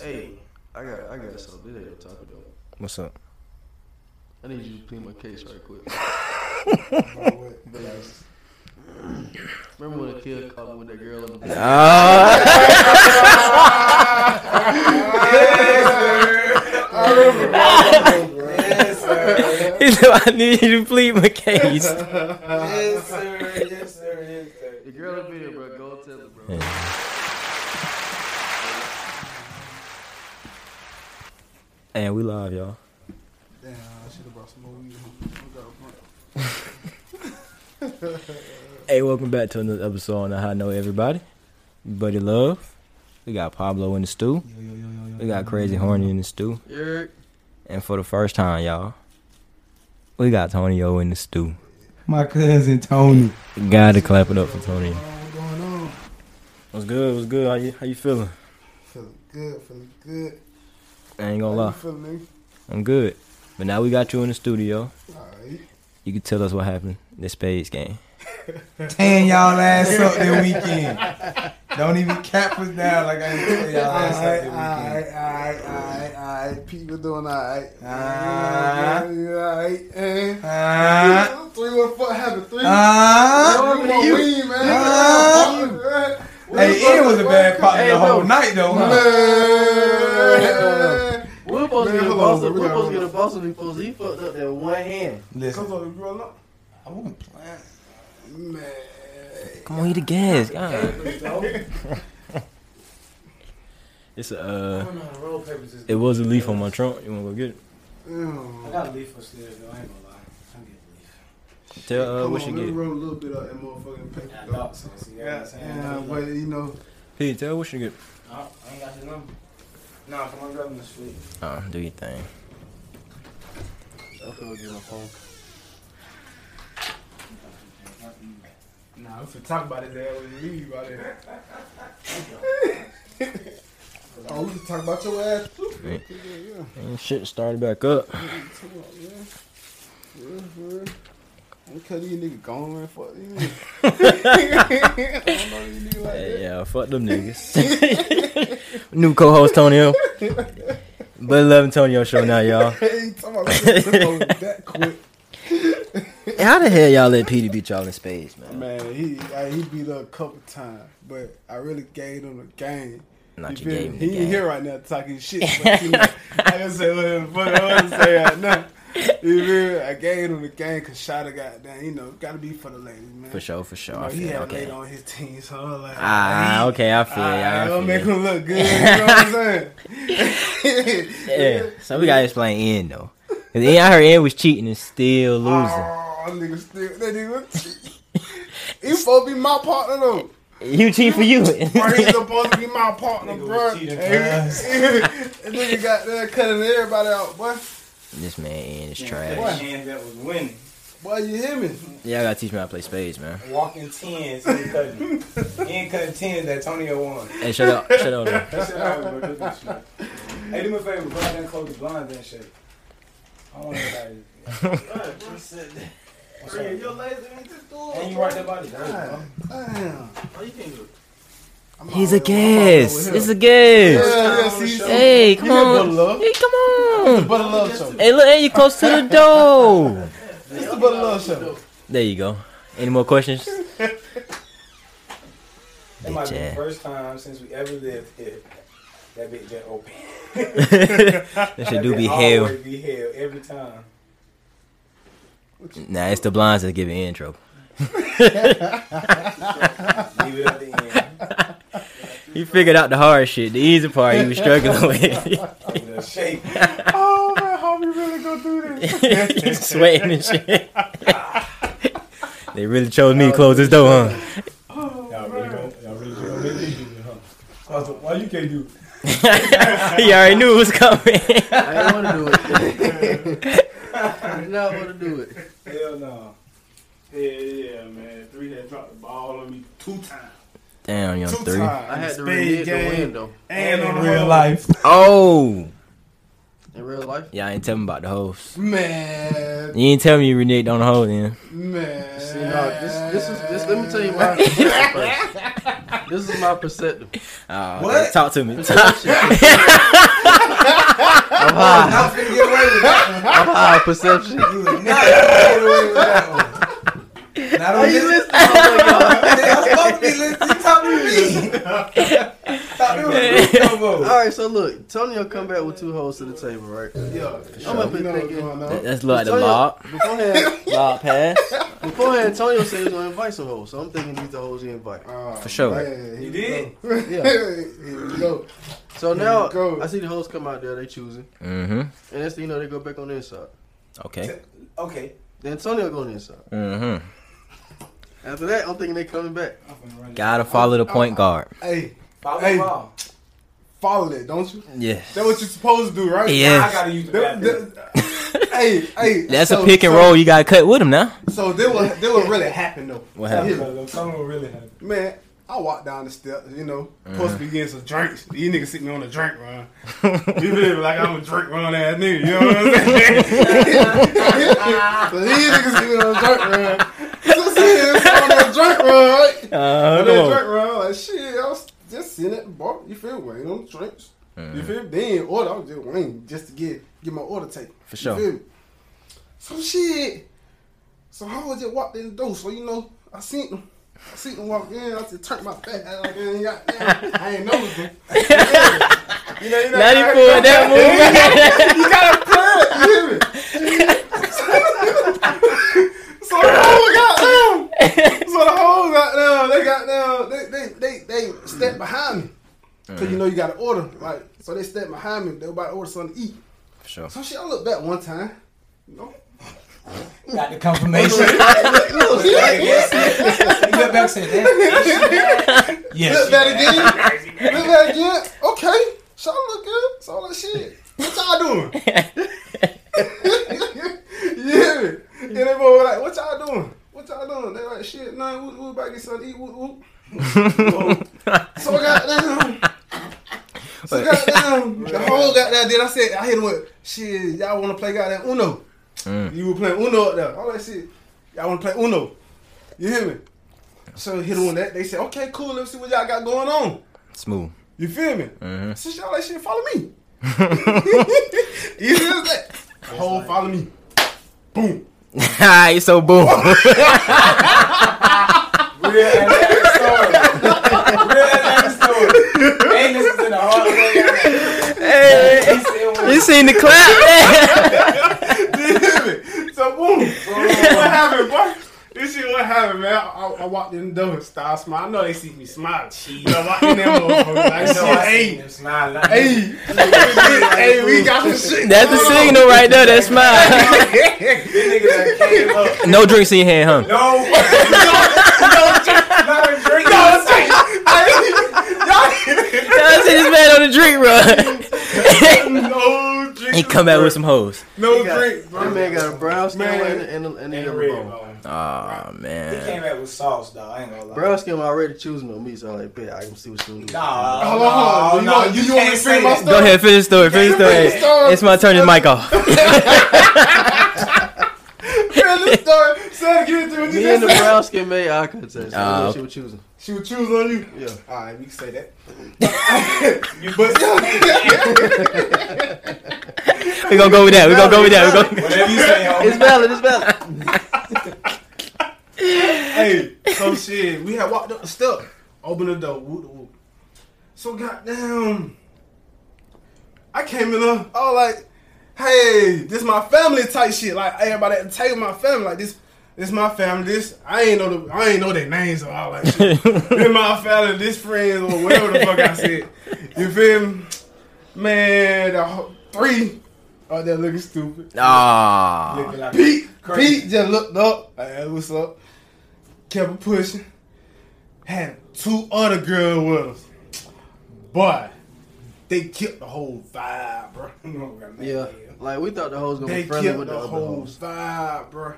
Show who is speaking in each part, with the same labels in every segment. Speaker 1: Hey, I got, I got something. This ain't no topic though.
Speaker 2: What's up?
Speaker 1: I need you to plead my case right quick. Remember when the kid caught me with that girl in the
Speaker 2: Ah.
Speaker 3: Yes, sir.
Speaker 2: He said, I need you to plead my case.
Speaker 3: Yes, sir. Yes, sir. Yes, sir.
Speaker 1: The girl in the video, bro. Go tell her, bro.
Speaker 2: And we live, y'all.
Speaker 4: Damn, I should have brought some more weed. home. I got a blunt.
Speaker 2: Hey, welcome back to another episode on the High Know Everybody. Buddy Love. We got Pablo in the stew. We got Crazy Horny in the stew.
Speaker 1: Eric,
Speaker 2: And for the first time, y'all, we got Tonyo in the stew.
Speaker 4: My cousin Tony.
Speaker 2: Gotta clap it up for Tony.
Speaker 4: What's going on?
Speaker 2: What's good? What's good? How you how you feeling?
Speaker 4: Feeling good. Feeling good.
Speaker 2: I ain't gonna
Speaker 4: How you
Speaker 2: lie.
Speaker 4: feeling?
Speaker 2: I'm good. But now we got you in the studio.
Speaker 4: Alright.
Speaker 2: You can tell us what happened this spades game.
Speaker 5: tan y'all ass up that weekend. Don't even cap us down like I didn't tell y'all ass up
Speaker 4: Alright,
Speaker 5: that weekend.
Speaker 4: alright, alright, alright, alright. People doing alright.
Speaker 5: Ah.
Speaker 4: Alright, eh.
Speaker 5: Uh,
Speaker 4: Three little fuck happened. Three.
Speaker 5: uh,
Speaker 4: Yo, Uh-huh. you Uh-huh. want
Speaker 1: you-
Speaker 4: weed, man.
Speaker 5: Ah.
Speaker 4: Fuck, man.
Speaker 5: hey, Ian was a bad partner
Speaker 1: Hey,
Speaker 5: the whole
Speaker 1: no.
Speaker 5: night though, huh?
Speaker 4: Man.
Speaker 1: we're supposed to get a
Speaker 4: Man, hold on,
Speaker 1: boss. We're
Speaker 4: we got-
Speaker 1: supposed to get a boss of these folks. He fucked up that one hand.
Speaker 5: Listen,
Speaker 4: on, you roll up.
Speaker 5: I wasn't playing.
Speaker 4: Man.
Speaker 2: Come on, eat the gas. God. It's a uh,
Speaker 5: I'm on roll papers. Is
Speaker 2: It was a leaf on my trunk. You wanna go get it?
Speaker 4: Damn.
Speaker 5: got a leaf for stairs though. I ain't gonna lie. I'm getting leaf.
Speaker 2: Tell uh,
Speaker 4: Come
Speaker 2: what
Speaker 4: on,
Speaker 2: you
Speaker 4: let me
Speaker 2: get.
Speaker 4: roll a little bit of that motherfucking paper.
Speaker 5: I
Speaker 4: though.
Speaker 5: thought so. See,
Speaker 4: Yeah,
Speaker 5: that's
Speaker 4: yeah, but you know,
Speaker 2: P, tell what you get.
Speaker 5: I I ain't got your number. Nah, from my government street.
Speaker 2: Uh, do your thing.
Speaker 1: I'm gonna get my phone.
Speaker 4: nah, we should talk about his ass when you leave out there. oh, we should talk about your ass too.
Speaker 2: Right.
Speaker 4: Yeah, yeah,
Speaker 2: And shit started back up.
Speaker 4: yeah. Talk about, yeah. For real, for real. Look how these niggas gone man. Fuck these niggas. I don't know these niggas like
Speaker 2: Hey,
Speaker 4: that.
Speaker 2: yeah, fuck them niggas. New co-host Tonyo. But love Antonio show now, y'all.
Speaker 4: Hey, talk about that quick.
Speaker 2: How the hell y'all let Petey beat y'all in spades, man?
Speaker 4: Man, he like, he beat up a couple times, but I really gave him the game.
Speaker 2: Not
Speaker 4: You
Speaker 2: you
Speaker 4: feel
Speaker 2: gave him
Speaker 4: me?
Speaker 2: the
Speaker 4: He ain't
Speaker 2: game.
Speaker 4: here right now talking shit. But you know, I didn't say whatever the fuck I want to say right now. You feel me? I gave him the game because Shada got down. You know, got to be for the ladies, man.
Speaker 2: For sure, for sure.
Speaker 4: You know,
Speaker 2: I
Speaker 4: Oh, he
Speaker 2: feel
Speaker 4: had a
Speaker 2: Oh, okay.
Speaker 4: lady on his team, so I'm like,
Speaker 2: Ah,
Speaker 4: he-
Speaker 2: okay, I feel
Speaker 4: ah,
Speaker 2: y'all.
Speaker 4: It'll
Speaker 2: I
Speaker 4: make
Speaker 2: feel
Speaker 4: him look good. You know what I'm saying?
Speaker 2: yeah, so we gotta explain Ian though. Cause Ian, I heard Ian was cheating and still losing.
Speaker 4: Oh, nigga, still that nigga. He supposed to be my partner though.
Speaker 2: You cheat for you.
Speaker 4: Bro, he's supposed to be my partner,
Speaker 5: Nigga was
Speaker 4: bro.
Speaker 5: cheating,
Speaker 4: This nigga got there cutting everybody out, boy.
Speaker 2: this man Ian is
Speaker 5: Yeah,
Speaker 2: trash.
Speaker 5: hands that was winning.
Speaker 4: Boy, you hear me?
Speaker 2: Yeah, I gotta teach me how to play spades, man.
Speaker 5: Walking tens, he ain't cutting. he ain't cutting tens that Tonyo won.
Speaker 2: Hey, shut up, shut up. though.
Speaker 5: That shit always work, look at this shit. Hey, do me a favor, go out there and close the blinds and shit. I don't want anybody. I'm sorry.
Speaker 1: Your legs in this door.
Speaker 5: And you right there by the door, bro.
Speaker 4: Mm-hmm. Damn.
Speaker 1: Oh, you can't do it.
Speaker 4: I'm
Speaker 2: He's a
Speaker 4: already- I'm
Speaker 2: guest.
Speaker 4: already
Speaker 2: It's a
Speaker 4: here.
Speaker 2: guest.
Speaker 4: Yeah, yeah, see,
Speaker 2: Hey, come
Speaker 4: You get butter
Speaker 2: on.
Speaker 4: love.
Speaker 2: Hey, come on.
Speaker 4: Butter love show.
Speaker 2: Hey, look, hey, you close to the door.
Speaker 4: It's the butter love show.
Speaker 2: There you go. Any more questions?
Speaker 5: It might
Speaker 2: Bitch
Speaker 5: be the
Speaker 2: ass.
Speaker 5: first time since we ever lived here that bitch been open.
Speaker 2: that shit
Speaker 5: That
Speaker 2: do
Speaker 5: bitch
Speaker 2: be hell.
Speaker 5: Always be hell every time.
Speaker 2: Nah, it's the blinds that give an intro.
Speaker 5: Leave it at the end.
Speaker 2: He figured out the hard shit. The easy part he was struggling with.
Speaker 5: Give it a shake.
Speaker 4: Oh, man, how we really gonna do this?
Speaker 2: He's sweating and shit. they really chose me to close this door, huh?
Speaker 5: Y'all really don't. Y'all really don't. Really do it, huh? I was like, Why you can't do?
Speaker 2: he already knew it was coming.
Speaker 1: I ain't wanna do it. I did not wanna do it.
Speaker 5: Hell no.
Speaker 4: Yeah, yeah, man. Three had dropped the ball on me two times.
Speaker 2: Damn, young
Speaker 4: Two
Speaker 2: three.
Speaker 4: times.
Speaker 1: I had to
Speaker 4: Spade
Speaker 1: renege the
Speaker 4: game
Speaker 1: window.
Speaker 4: And, on
Speaker 5: in
Speaker 4: the
Speaker 5: real
Speaker 4: road.
Speaker 5: life.
Speaker 2: Oh,
Speaker 1: In real life,
Speaker 2: yeah, I ain't tell me about the hoes.
Speaker 4: Man,
Speaker 2: You ain't tell me you reneged on the hoe then.
Speaker 4: man.
Speaker 1: See, no, this, this is this. Let me tell you my first. This is my perceptive.
Speaker 2: Uh,
Speaker 5: What?
Speaker 2: Talk to me.
Speaker 1: Perception. I'm
Speaker 5: I'm
Speaker 1: high.
Speaker 5: not gonna get away with that one.
Speaker 1: I'm high perception.
Speaker 5: You was not gonna get away with that one. Not on this.
Speaker 4: Oh
Speaker 5: I'm supposed to be listening. You talking to me? Thought it was a good
Speaker 1: All right, so look, Tonyo come back with two hoes to the table, right?
Speaker 4: Yeah,
Speaker 1: I'm up
Speaker 4: You
Speaker 1: here
Speaker 4: know what's
Speaker 1: thinking.
Speaker 4: going on.
Speaker 2: That's like the
Speaker 1: Antonio-
Speaker 2: lob.
Speaker 1: Beforehand,
Speaker 2: Lob pass.
Speaker 1: beforehand, Tonyo said he was gonna invite some hoes, so I'm thinking these the hoes he invite.
Speaker 4: Oh,
Speaker 2: For sure.
Speaker 4: man, here
Speaker 5: You
Speaker 4: we
Speaker 5: did?
Speaker 4: go.
Speaker 1: Yeah.
Speaker 4: Here we go.
Speaker 1: So
Speaker 4: Here
Speaker 1: now
Speaker 4: we go.
Speaker 1: I see the hoes come out there, they choosing,
Speaker 2: Mm-hmm.
Speaker 1: and next thing you know, they go back on the inside.
Speaker 2: Okay.
Speaker 5: Okay.
Speaker 1: Then Tonyo go on the inside.
Speaker 2: Mm-hmm.
Speaker 1: After that, I'm thinking they coming back.
Speaker 5: I'm finna run it.
Speaker 2: Gotta follow the point guard.
Speaker 4: Hey,
Speaker 5: Follow
Speaker 4: Hey.
Speaker 5: the ball.
Speaker 4: follow it, don't you?
Speaker 2: Yeah.
Speaker 4: That's what you're supposed to do, right?
Speaker 2: Yeah.
Speaker 5: I gotta use the
Speaker 4: The-
Speaker 5: bathroom.
Speaker 4: the- hey, hey.
Speaker 2: That's
Speaker 4: so-
Speaker 2: a pick and
Speaker 4: so-
Speaker 2: roll. You gotta cut with him now.
Speaker 4: So then what? Then what really happened though?
Speaker 2: What
Speaker 5: Tell me
Speaker 2: happened?
Speaker 5: about it, though. Tell me what really happened.
Speaker 4: Man, I walked down the steps, you know, supposed to be getting some drinks. These niggas sit me on a drink run. You feel me? like I'm a drink run ass nigga, you know what I'm saying? so these niggas sit me on a drink run. So see, so I'm on a drink run, right?
Speaker 2: Uh,
Speaker 4: On
Speaker 2: come
Speaker 4: that
Speaker 2: on.
Speaker 4: drink run, like shit, I was just sitting at the bar. You feel me? waiting on the drinks. You feel me? Then order, I was just waiting just to get get my order taken.
Speaker 2: For sure.
Speaker 4: You feel me? So shit. So I was just walked in the door. So you know, I seen them. I seen them walk in. I just turned my back. I like, ain't got I ain't noticed them. you know, you know,
Speaker 2: Now you pulled that
Speaker 4: you gotta plan it. You hear me? so the whole got down. So the whole got down. They got down. They they they they stepped behind me. Cause you know you gotta order. Like so they stepped behind me. They were about to order something to eat.
Speaker 2: move. For sure.
Speaker 4: So shit, I looked back one time. You know?
Speaker 5: Got the confirmation.
Speaker 4: Look,
Speaker 5: He looked back and said, "That- Yes.
Speaker 4: Look back again. Look back again. Okay. Shot look good. So I'm like, shit. What y'all doing? yeah. And they both were like, what y'all doing? What y'all doing? They like, shit, nah, we, we about to get something to eat. Whoop, whoop. so I got down. So got down. The whole got down. Then I said, I hit him with, shit, y'all want to play goddamn Uno. You were playing Uno up there. All that shit. Y'all want to play Uno. You hear me? So hit him with that. They said, okay, cool. Let's see what y'all got going on.
Speaker 2: Smooth.
Speaker 4: You feel me?
Speaker 2: Mhm.
Speaker 4: So y'all like shit, follow me. Easy as that. The whole follow me. Boom.
Speaker 2: you so boom.
Speaker 5: Real Atlanta story. Real Atlanta story. Ain't this is in the hard way.
Speaker 2: hey,
Speaker 5: He said, well,
Speaker 2: you seen the clap?
Speaker 4: You hear me? So boom. what happened, boy? This shit what happened, man. I, I, I walked in the door and started smiling. I know they see me smile. Jeez. I walked in that motherfucker like,
Speaker 5: I know I
Speaker 4: shit,
Speaker 5: seen him smile. Like,
Speaker 4: hey, hey, hey, we got some shit.
Speaker 2: That's the
Speaker 4: going on.
Speaker 2: signal right there. That smile.
Speaker 5: This nigga done came up.
Speaker 2: no drinks in your hand, huh?
Speaker 5: No, not a drink. No,
Speaker 2: I see this man on the drink run.
Speaker 4: No drink.
Speaker 2: he come out with some hoes.
Speaker 4: no
Speaker 1: He got-
Speaker 4: drink, bro.
Speaker 1: That man got a brown skin
Speaker 4: Man.
Speaker 1: and, and, and, a
Speaker 5: and
Speaker 1: yellow
Speaker 5: red
Speaker 1: bone.
Speaker 5: bone.
Speaker 2: Oh
Speaker 5: He
Speaker 2: man.
Speaker 5: came out with sauce, though. I ain't gonna lie.
Speaker 1: Brown skin already choosing on me, so I'm like, bet I can see what she do.
Speaker 5: Nah,
Speaker 4: Hold on, hold on.
Speaker 5: no,
Speaker 4: You-
Speaker 5: no,
Speaker 4: you
Speaker 5: you
Speaker 4: want me
Speaker 5: can't
Speaker 4: to
Speaker 5: say
Speaker 4: finish my
Speaker 5: that.
Speaker 4: story?
Speaker 2: Go ahead, finish the story. Finish the story. It's my turn. His mic off.
Speaker 4: Man, this story. Sam, give it to me. What you
Speaker 1: Me and
Speaker 4: just
Speaker 1: the
Speaker 4: said.
Speaker 1: brown skin made eye contact. So
Speaker 2: Ah,
Speaker 1: I knew
Speaker 2: okay.
Speaker 1: she was choosing.
Speaker 4: She would choose on you.
Speaker 1: Yeah.
Speaker 4: All right, we can say that.
Speaker 5: You but
Speaker 2: We gonna go with that. We gonna go with that. We gonna.
Speaker 5: whatever you say,
Speaker 1: It's
Speaker 5: homie.
Speaker 1: valid. It's valid.
Speaker 4: hey, so shit, we had walked up the step, opened the door, whoop the whoop. So goddamn, I came in there, I was like, hey, this my family type shit. Like everybody at the table, my family, like this, this my family. This I ain't know the, I ain't know their names or all that shit. this my family, this friends or whatever the fuck I said. You feel me? Man, the whole- three out there looking stupid.
Speaker 2: Ah.
Speaker 5: Looking like
Speaker 4: Pete,
Speaker 5: Crazy.
Speaker 4: Pete just looked up. Like, "Hey, what's up? Kept it pushing. Had two other girls with us. But they killed the whole vibe, bro.
Speaker 1: Yeah. Like we thought the hoes gonna
Speaker 4: They
Speaker 1: be friendly
Speaker 4: killed
Speaker 1: with the,
Speaker 4: the
Speaker 1: other
Speaker 4: whole
Speaker 1: hoes.
Speaker 4: vibe, bro.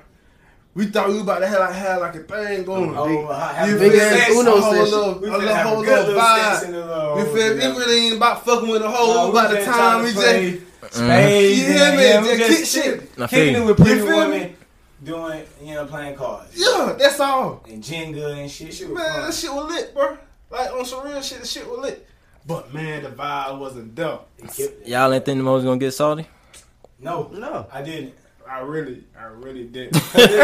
Speaker 4: We thought we about to have like, have like a thing going.
Speaker 5: Oh, I have
Speaker 4: You
Speaker 5: big
Speaker 4: feel
Speaker 1: ass
Speaker 4: me?
Speaker 1: Uno
Speaker 4: A whole
Speaker 1: session.
Speaker 4: little-
Speaker 5: We
Speaker 4: a
Speaker 5: finna
Speaker 4: little-
Speaker 5: have a
Speaker 4: whole
Speaker 5: good
Speaker 4: little
Speaker 5: little
Speaker 4: vibe.
Speaker 5: section in the little-
Speaker 4: You feel me?
Speaker 5: yeah.
Speaker 4: It really ain't about fucking with the
Speaker 5: No,
Speaker 4: whole.
Speaker 5: we
Speaker 4: by the
Speaker 5: just
Speaker 4: time
Speaker 5: trying
Speaker 4: Oh, we
Speaker 5: to
Speaker 4: just
Speaker 5: play spades
Speaker 4: You hear
Speaker 5: and-
Speaker 4: me?
Speaker 5: yeah, we
Speaker 4: Just kick
Speaker 5: chill-
Speaker 4: shit.
Speaker 2: I feel
Speaker 5: Kicking
Speaker 2: you.
Speaker 5: it with pretty
Speaker 4: You feel me?
Speaker 5: women, doing you know playing cards
Speaker 4: yeah, that's all.
Speaker 5: and Jenga and shit. Shit was
Speaker 4: Man,
Speaker 5: fun.
Speaker 4: that shit was lit, bro. Like on some real shit, the shit was lit. But man, the vibe wasn't there.
Speaker 2: Y'all ain't think the was gonna get salty?
Speaker 5: No,
Speaker 1: No.
Speaker 4: I didn't. I really, I really did.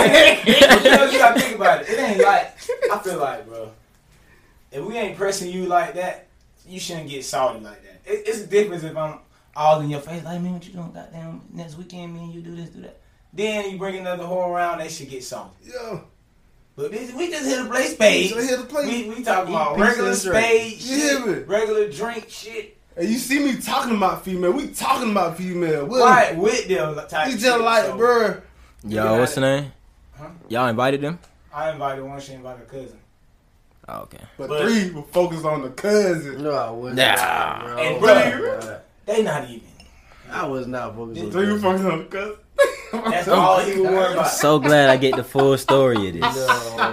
Speaker 5: But you know you gotta think about it. It ain't like I feel like, bro. If we ain't pressing you like that, you shouldn't get salty like that. It, it's a difference if I'm all in your face, like man, what you doing? Goddamn, next weekend, me and you do this, do that. Then you bring another whore around, they should get salty.
Speaker 4: Yo,
Speaker 5: But this, we just hit a play spades.
Speaker 4: so here to play.
Speaker 5: We, we talking about
Speaker 1: Eat pizza
Speaker 5: regular
Speaker 1: and drink.
Speaker 5: spade
Speaker 4: You
Speaker 5: shit,
Speaker 4: hear me?
Speaker 5: regular drink shit,
Speaker 4: And you see me talking about female. We talking about female. What?
Speaker 5: right with them type.
Speaker 4: He just
Speaker 5: shit.
Speaker 4: like,
Speaker 5: So,
Speaker 4: bruh.
Speaker 2: Y'all, what's the name?
Speaker 5: Huh?
Speaker 2: Y'all invited them?
Speaker 5: I invited one, she invited her cousin.
Speaker 2: Oh, okay.
Speaker 4: But,
Speaker 5: But-
Speaker 4: three will focus on the cousin.
Speaker 1: No, I wasn't.
Speaker 2: Nah.
Speaker 1: Bro.
Speaker 5: And
Speaker 1: Oh, God.
Speaker 5: They not even.
Speaker 1: I was not focused on
Speaker 4: Three will
Speaker 1: that.
Speaker 4: focus on the cousin. Oh
Speaker 5: That's all he was worried about.
Speaker 2: So glad I get the full story of this.
Speaker 1: No. I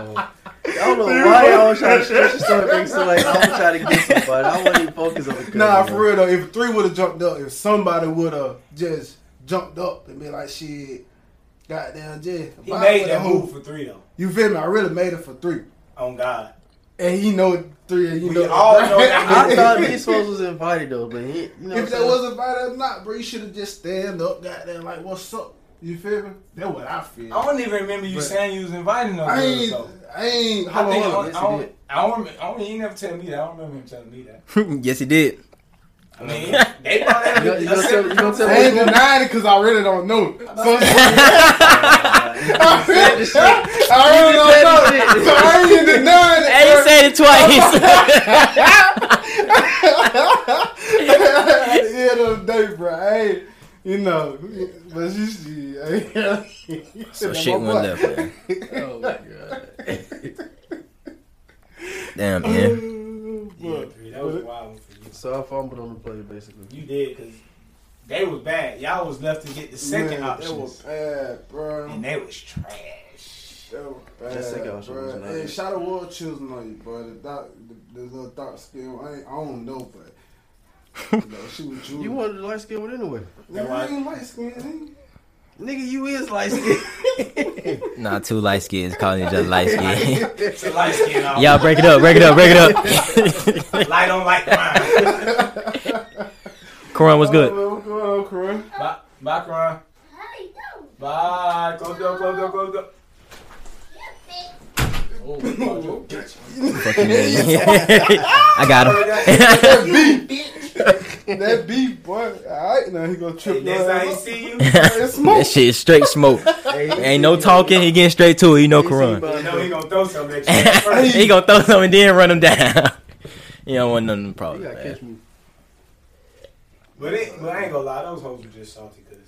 Speaker 1: don't know why I was trying to stretch the story things so like I was trying to get somebody. I wasn't even focused on the cousin.
Speaker 4: Nah, for real though, if three would have jumped up, if somebody would have just jumped up and be like, shit, goddamn, Jay.
Speaker 5: He
Speaker 4: Bye
Speaker 5: made
Speaker 4: with
Speaker 5: that
Speaker 4: the
Speaker 5: move for three though.
Speaker 4: You feel me? I really made it for three.
Speaker 5: On God.
Speaker 4: And he know three, and you
Speaker 5: We
Speaker 4: know.
Speaker 5: all know that.
Speaker 1: I thought these folks was invited though, but he, you know,
Speaker 4: if
Speaker 1: what I'm
Speaker 4: that
Speaker 1: saying?
Speaker 4: was invited or not, bro, you should have just stand up, goddamn, like, what's up? You feel me? That's what I feel.
Speaker 5: I don't even remember you
Speaker 4: But-
Speaker 5: saying you was inviting no
Speaker 4: I
Speaker 5: girls
Speaker 4: ain't,
Speaker 5: though.
Speaker 4: I ain't,
Speaker 5: I
Speaker 4: hold
Speaker 5: think
Speaker 4: on,
Speaker 5: I
Speaker 4: hold on.
Speaker 5: don't, I don't, I don't remember. I don't, he never tell me that. I don't remember him telling me that.
Speaker 2: yes, he did.
Speaker 5: I mean, they probably
Speaker 1: You gonna- you gonna tell- you gonna tell
Speaker 4: I
Speaker 1: me-
Speaker 4: ain't denying it because I really don't know. So, I really
Speaker 1: That
Speaker 4: don't know.
Speaker 1: shit.
Speaker 4: So I ain't denying it.
Speaker 2: Hey, you
Speaker 4: bruh.
Speaker 2: said it twice.
Speaker 4: At the end of the day, bro, I ain't, you know, but she, she I ain't-
Speaker 2: so shit went left. Man.
Speaker 1: Oh my god.
Speaker 2: Damn, man.
Speaker 5: Yeah,
Speaker 4: But,
Speaker 5: three. That was a wild one for you.
Speaker 1: So I fumbled on the play basically.
Speaker 5: You did because they was bad. Y'all was left to get the second
Speaker 4: man, That was
Speaker 5: option,
Speaker 4: bad, bro.
Speaker 5: and they was trash.
Speaker 4: That was bad,
Speaker 1: That second option
Speaker 4: bro.
Speaker 1: was not
Speaker 4: Hey,
Speaker 1: it.
Speaker 4: shout out World Children on you, bro. The, doc, the, the little dark skin, I, ain't, I don't know, but you know, she was Jewish.
Speaker 1: You wanted the light skin one anyway.
Speaker 4: Nigga, I ain't light skin.
Speaker 1: Nigga, you is light skin.
Speaker 2: Nah, two light skins calling each other light skin.
Speaker 5: It's a light skin off.
Speaker 2: Y'all break it up, break it up, break it up.
Speaker 5: Light on light crime.
Speaker 2: Koran, what's good?
Speaker 4: Oh, man, what's going on, Corinne?
Speaker 5: Bye, bye, crime.
Speaker 6: Hurry, go.
Speaker 5: Bye. Close door. Close door. Close door.
Speaker 6: Fix.
Speaker 5: Oh, we called you a bitch.
Speaker 2: I got him.
Speaker 4: that beat. that beat, boy. All right, now he gonna
Speaker 5: Hey,
Speaker 4: trip
Speaker 5: next
Speaker 4: your
Speaker 5: time he
Speaker 4: ass.
Speaker 5: see you,
Speaker 4: up. It's smoke.
Speaker 2: that shit is straight smoke. Ain't no talking. He getting straight to it. He know Koran.
Speaker 5: you know he gonna throw something at you. First,
Speaker 2: he gonna throw something then run him down. you don't want none of the
Speaker 1: You
Speaker 2: problems,
Speaker 1: gotta
Speaker 2: man.
Speaker 1: catch me.
Speaker 5: But, it, but I ain't gonna lie, those hoes were just salty because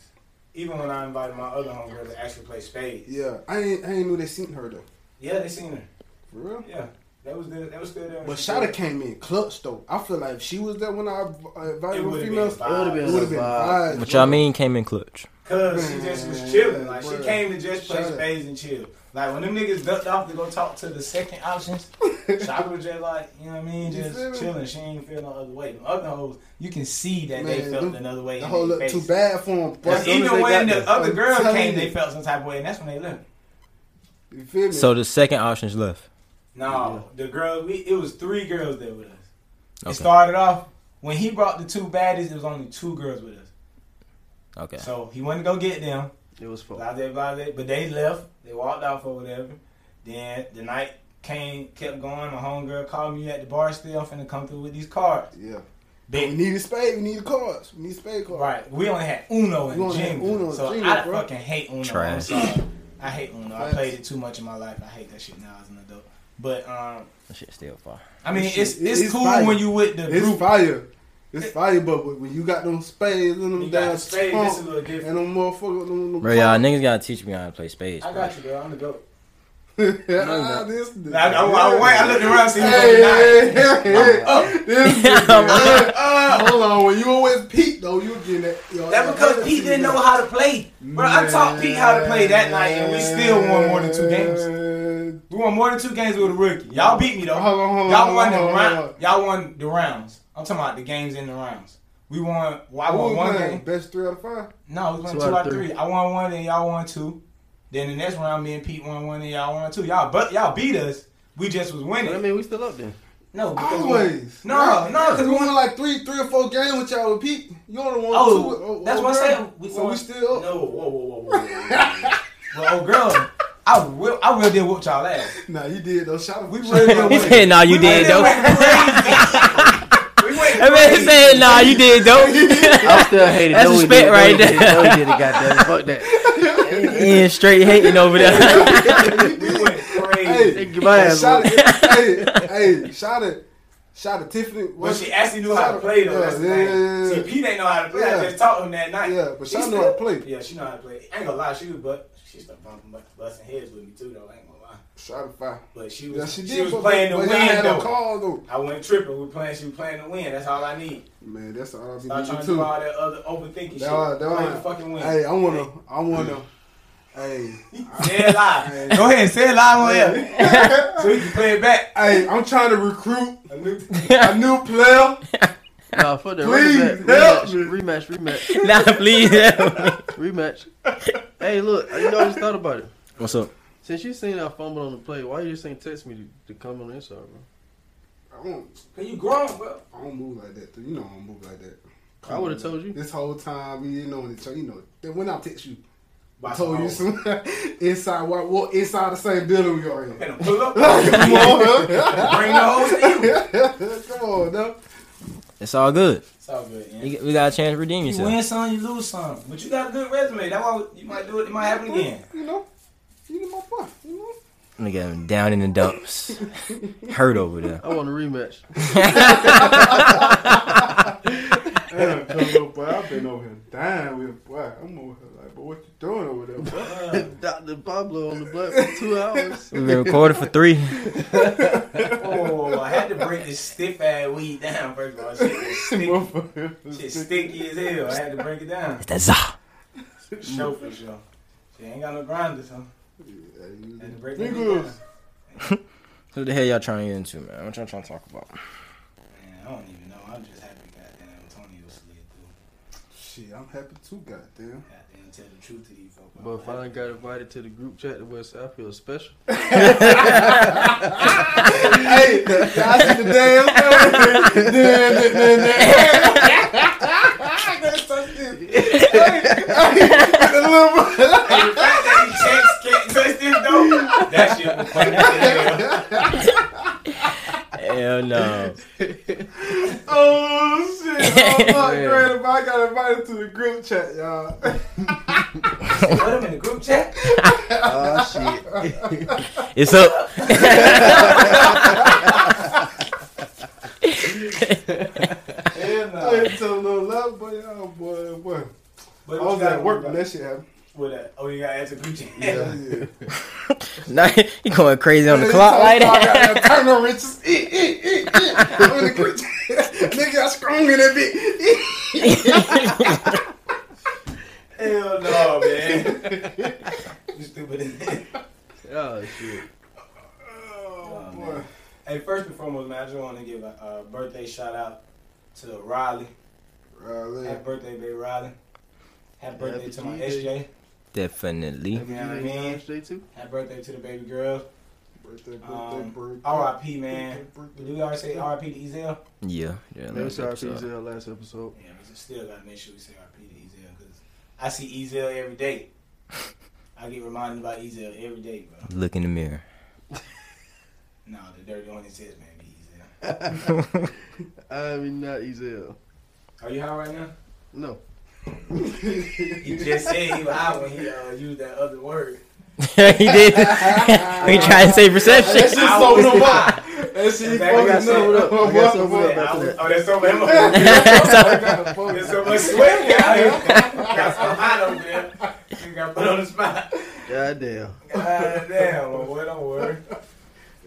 Speaker 5: even when I invited my other homegirl to actually play spades,
Speaker 4: Yeah, I ain't, I ain't knew they seen her though.
Speaker 5: yeah, they seen her.
Speaker 4: For real.
Speaker 5: Yeah, that was there, that was still there.
Speaker 4: But Shada came in clutch though. I feel like if she was there when I uh,
Speaker 5: It
Speaker 4: invited my
Speaker 5: would've been
Speaker 4: females,
Speaker 5: fine.
Speaker 1: would've
Speaker 4: it would have been
Speaker 1: Vibe.
Speaker 4: fine.
Speaker 2: What y'all mean came in clutch?
Speaker 5: Cause she just was
Speaker 4: Man,
Speaker 5: chilling. Like she
Speaker 4: bruh.
Speaker 5: came to just play
Speaker 4: Shut up.
Speaker 5: spades and chill. Like when them niggas ducked off to go talk to the second options, Shaka was just like, you know what I mean,
Speaker 4: You feel
Speaker 5: just
Speaker 4: me?
Speaker 5: chilling. She ain't feel no other way. The other hoes, you can see that they
Speaker 4: Man,
Speaker 5: felt
Speaker 4: them-
Speaker 5: another way.
Speaker 4: The
Speaker 5: in
Speaker 4: whole
Speaker 5: their
Speaker 4: look too
Speaker 5: face.
Speaker 4: bad for him.
Speaker 5: But
Speaker 4: But
Speaker 1: soon as
Speaker 5: even
Speaker 1: they
Speaker 5: when
Speaker 1: got
Speaker 5: the
Speaker 1: there,
Speaker 5: other
Speaker 4: I'm
Speaker 5: girl
Speaker 4: telling
Speaker 5: came,
Speaker 4: you.
Speaker 5: they felt some type of way, and that's when they left.
Speaker 4: you feel me?
Speaker 2: So the second option's left.
Speaker 5: No, the girl. We, it was three girls there with us. It
Speaker 2: Okay.
Speaker 5: started off when he brought the two baddies. It was only two girls with us.
Speaker 2: Okay.
Speaker 5: So he went to go get them.
Speaker 1: It was fun.
Speaker 5: Blah blah blah. blah, But they left. They walked off or whatever. Then the night came, kept going. My homegirl called me at the bar. Still, I'm finna come through with these cards.
Speaker 4: yeah, we
Speaker 5: Big.
Speaker 4: need a spade. We need cards. We need spade cards.
Speaker 5: Right. We only had Uno
Speaker 4: We
Speaker 5: and
Speaker 4: only had
Speaker 5: Jenga.
Speaker 4: Uno and
Speaker 5: so
Speaker 4: Jenga,
Speaker 5: I
Speaker 4: bro.
Speaker 5: fucking hate Uno. I'm
Speaker 2: Trash.
Speaker 5: sorry. I hate Uno. I
Speaker 4: Facts.
Speaker 5: played it too much in my life. I hate that shit now as an adult. But um,
Speaker 2: That shit's still far.
Speaker 5: I mean,
Speaker 4: That
Speaker 5: it's
Speaker 4: shit-
Speaker 5: it's,
Speaker 4: it's
Speaker 5: cool
Speaker 4: fire.
Speaker 5: when you with the
Speaker 4: It's
Speaker 5: group.
Speaker 4: fire. It's fire, but when when you got them spades and
Speaker 5: You
Speaker 4: them
Speaker 5: got
Speaker 4: damn
Speaker 5: the spades, this is a
Speaker 4: pump
Speaker 5: little different.
Speaker 4: and them motherfuckers, them, them
Speaker 2: Bro, y'all niggas gotta teach me how to play spades.
Speaker 5: I
Speaker 2: bro.
Speaker 5: got you, bro. I'm the goat.
Speaker 4: ah, this, this,
Speaker 5: I, I, I, wait, I looked around, see who
Speaker 4: Hey, hey,
Speaker 5: hey,
Speaker 4: hey, hey. This nigga,
Speaker 2: I'm
Speaker 4: man. Uh, hold on, when you always Pete though, you getting that. Yo,
Speaker 5: That's because Pete didn't know how to play. Bro, I taught Pete how to play that night, and we still won more than two games.
Speaker 4: games.
Speaker 5: We won more than two games with a rookie. Y'all beat me though.
Speaker 4: Hold on, hold on,
Speaker 5: Y'all won the
Speaker 4: hold on, hold
Speaker 5: round.
Speaker 4: on.
Speaker 5: Y'all won the rounds. I'm talking about the games in the rounds. We won. Well, I
Speaker 4: Who
Speaker 5: won
Speaker 4: was
Speaker 5: one
Speaker 4: playing?
Speaker 5: game.
Speaker 4: Best three out of five.
Speaker 5: No, we won
Speaker 1: Two
Speaker 5: two,
Speaker 1: out of
Speaker 5: out of
Speaker 1: three.
Speaker 5: three. I won one, and y'all won two. Then the next round, me and Pete won one, and y'all won two. Y'all, but y'all beat us. We just was
Speaker 1: But I
Speaker 5: winning.
Speaker 1: mean, we still up then.
Speaker 5: No, because we-
Speaker 4: Always.
Speaker 5: No, no, because
Speaker 4: we
Speaker 5: we
Speaker 4: won
Speaker 5: want.
Speaker 4: like three, three or four games with y'all repeat. You only won
Speaker 5: Oh,
Speaker 4: two. Oh,
Speaker 5: that's
Speaker 4: oh,
Speaker 5: what I
Speaker 4: girl.
Speaker 5: said. We-
Speaker 4: so we still up.
Speaker 5: No, whoa, whoa, whoa, whoa. whoa. well, oh girl, I will, I will did whoop y'all ass.
Speaker 4: Nah, you did though. Shout out.
Speaker 5: We really did
Speaker 2: He
Speaker 5: whoop.
Speaker 2: said, "Nah, you
Speaker 5: We really
Speaker 2: did though." That
Speaker 5: went crazy. we went
Speaker 2: man
Speaker 5: crazy.
Speaker 2: said, "Nah, you did though."
Speaker 1: I still hate it.
Speaker 2: That's
Speaker 1: no, we
Speaker 2: respect
Speaker 1: did,
Speaker 2: right
Speaker 1: no, we did,
Speaker 2: there.
Speaker 1: No, we did it. Goddamn, it. fuck that.
Speaker 2: Ian straight hating over there.
Speaker 5: we went crazy.
Speaker 4: Hey,
Speaker 1: Thank you, my ass.
Speaker 4: shout
Speaker 1: Shout
Speaker 4: out. hey, hey, shout out. Shout out Tiffany.
Speaker 5: Well,
Speaker 4: What
Speaker 5: she actually knew how to play though.
Speaker 4: Yeah,
Speaker 5: that's the
Speaker 4: yeah,
Speaker 5: thing.
Speaker 4: yeah, yeah.
Speaker 5: See, Pete ain't know how to play.
Speaker 4: Yeah.
Speaker 5: I just taught him that night.
Speaker 4: Yeah, but
Speaker 5: She
Speaker 4: she know how to
Speaker 5: still-
Speaker 4: play.
Speaker 5: Yeah, she know how to play. I ain't gonna lie, she was but she started bumping, bu- busting heads with me too though. I ain't gonna lie,
Speaker 4: Shout out five.
Speaker 5: but she was
Speaker 4: Yeah,
Speaker 5: she,
Speaker 4: she did.
Speaker 5: was
Speaker 4: but-
Speaker 5: playing the
Speaker 4: but
Speaker 5: win
Speaker 4: y'all had
Speaker 5: though.
Speaker 4: a call though.
Speaker 5: I went tripping. We playing. She was playing to win. That's all I need.
Speaker 4: Man, that's all I be
Speaker 5: Stop trying
Speaker 4: doing
Speaker 5: to
Speaker 4: too.
Speaker 5: do all that other overthinking
Speaker 4: That was-
Speaker 5: shit.
Speaker 4: that
Speaker 5: Play
Speaker 4: was-
Speaker 5: to fucking win.
Speaker 4: Hey, I wanna, I wanna, hey,
Speaker 5: Say it live. Go ahead, say it live on air. so we can play it back.
Speaker 4: hey, I'm trying to recruit
Speaker 5: A new-
Speaker 4: a new player.
Speaker 1: out. Nah, fuck that. Rematch,
Speaker 4: Please, help
Speaker 1: rematch, rematch, rematch,
Speaker 2: nah, please. help me.
Speaker 1: rematch. Hey, look, you know I just thought about it.
Speaker 2: What's up?
Speaker 1: Since you seen that fumble on the play, why you just ain't text me to, to come on the inside, bro?
Speaker 4: I don't,
Speaker 5: Cause you grown, bro.
Speaker 4: I don't move like that. Dude. You know I don't move like that.
Speaker 1: I would have told you.
Speaker 4: This whole time we didn't know each other. You know, then when I text you, I
Speaker 5: By
Speaker 4: told you
Speaker 5: tomorrow.
Speaker 4: some inside. What, what inside the same building we are in?
Speaker 5: Finna pull up.
Speaker 4: Come on,
Speaker 5: Bring the whole to you.
Speaker 4: huh? come on, no.
Speaker 2: It's all good.
Speaker 5: It's all good. Yeah.
Speaker 2: You get- We got a chance to redeem
Speaker 5: You
Speaker 2: yourself.
Speaker 5: win some, you lose some. But you got a good resume. That's why you might do it. It might happen again.
Speaker 4: You know, you know my boy. You know.
Speaker 2: Nigga, I'm down in the dumps. Hurt over there.
Speaker 1: I want a rematch.
Speaker 4: Hey, come on, boy. I've been over here dying with boy. I'm over here like, but what you doing over there, boy?
Speaker 1: Dr. Pablo on the block for two hours.
Speaker 2: We've been recording for three.
Speaker 5: Oh, I had to break this stiff ass weed down first of all. Shit was sticky. Shit
Speaker 4: Motherfucker.
Speaker 5: sticky as hell. I had to break it down.
Speaker 2: That's Zah.
Speaker 5: Show for sure. She ain't got no grinders, huh? Had to break that weed down.
Speaker 4: Niggas.
Speaker 2: Who the hell y'all trying to get into, man? What y'all trying to talk about?
Speaker 5: Man, I don't even know. I'm just happy goddamn Antonio slid through.
Speaker 4: Shit, I'm happy too, goddamn.
Speaker 5: Goddamn, tell the truth to these folks.
Speaker 1: But if I done got invited to the group chat to West Southfield special,
Speaker 4: hey, y'all see the damn thing? Damn, damn, damn, damn. The little bro-
Speaker 5: the fact that he checks can't touch this though. That shit was funny as hell.
Speaker 2: Hell no.
Speaker 4: Oh shit! Oh fuck,
Speaker 1: Yeah.
Speaker 4: great! If I got invited to the group chat, y'all.
Speaker 5: Put him in the group chat.
Speaker 1: oh shit.
Speaker 2: It's up.
Speaker 5: Hell no.
Speaker 4: I ain't tell no love, boy, y'all, boy, boy.
Speaker 5: But
Speaker 4: I
Speaker 5: what you
Speaker 4: was
Speaker 5: gotta
Speaker 4: at
Speaker 5: worry
Speaker 4: work when
Speaker 5: about?
Speaker 4: that shit happened.
Speaker 5: With that. Oh, you got to answer group chat.
Speaker 4: Yeah, yeah.
Speaker 2: Now you going crazy on the clock like that.
Speaker 4: Turn on riches. Eat, eat, eat, eat. I'm in the group chat. Nigga, I strong in that bitch.
Speaker 5: Hell no, man. you stupid.
Speaker 1: Oh shit.
Speaker 4: Oh,
Speaker 5: Oh,
Speaker 4: boy.
Speaker 5: man. hey, first and foremost, man, I just want to give a, a birthday shout out to Riley.
Speaker 4: Riley.
Speaker 5: Happy birthday, baby Riley. Happy birthday
Speaker 1: Happy
Speaker 5: to my
Speaker 1: birthday.
Speaker 5: SJ.
Speaker 2: Definitely.
Speaker 5: You know what I mean?
Speaker 1: Stay too.
Speaker 5: Happy birthday to the baby girls.
Speaker 4: Birthday, birthday,
Speaker 5: Um,
Speaker 4: birthday.
Speaker 5: RIP, man.
Speaker 4: Birthday,
Speaker 5: Do we already say RIP to Ezel?
Speaker 2: Yeah. Yeah.
Speaker 1: That was
Speaker 2: that's
Speaker 1: our
Speaker 2: what's up.
Speaker 1: PZL last episode.
Speaker 5: Yeah, we still gotta make sure we say RIP to Ezel because I see Ezel every day. I get reminded about Ezel every day, bro.
Speaker 2: Look in the mirror.
Speaker 5: No, the dirty one is his man, be Ezel.
Speaker 1: I mean, not Ezel.
Speaker 5: Are you high right now?
Speaker 1: No.
Speaker 5: He just said he was high when he uh, used that other word.
Speaker 2: he did. we trying to say
Speaker 4: That shit
Speaker 2: perception.
Speaker 4: sold him up. That shit
Speaker 5: Baby, I
Speaker 4: fucking
Speaker 5: got sold
Speaker 1: up. I got sold up.
Speaker 5: I was- Oh, that's so much. There's
Speaker 4: up.
Speaker 5: so much sweat out here. Got so hot over there. You got put on the spot.
Speaker 1: Goddamn.
Speaker 5: God damn, my boy, don't worry.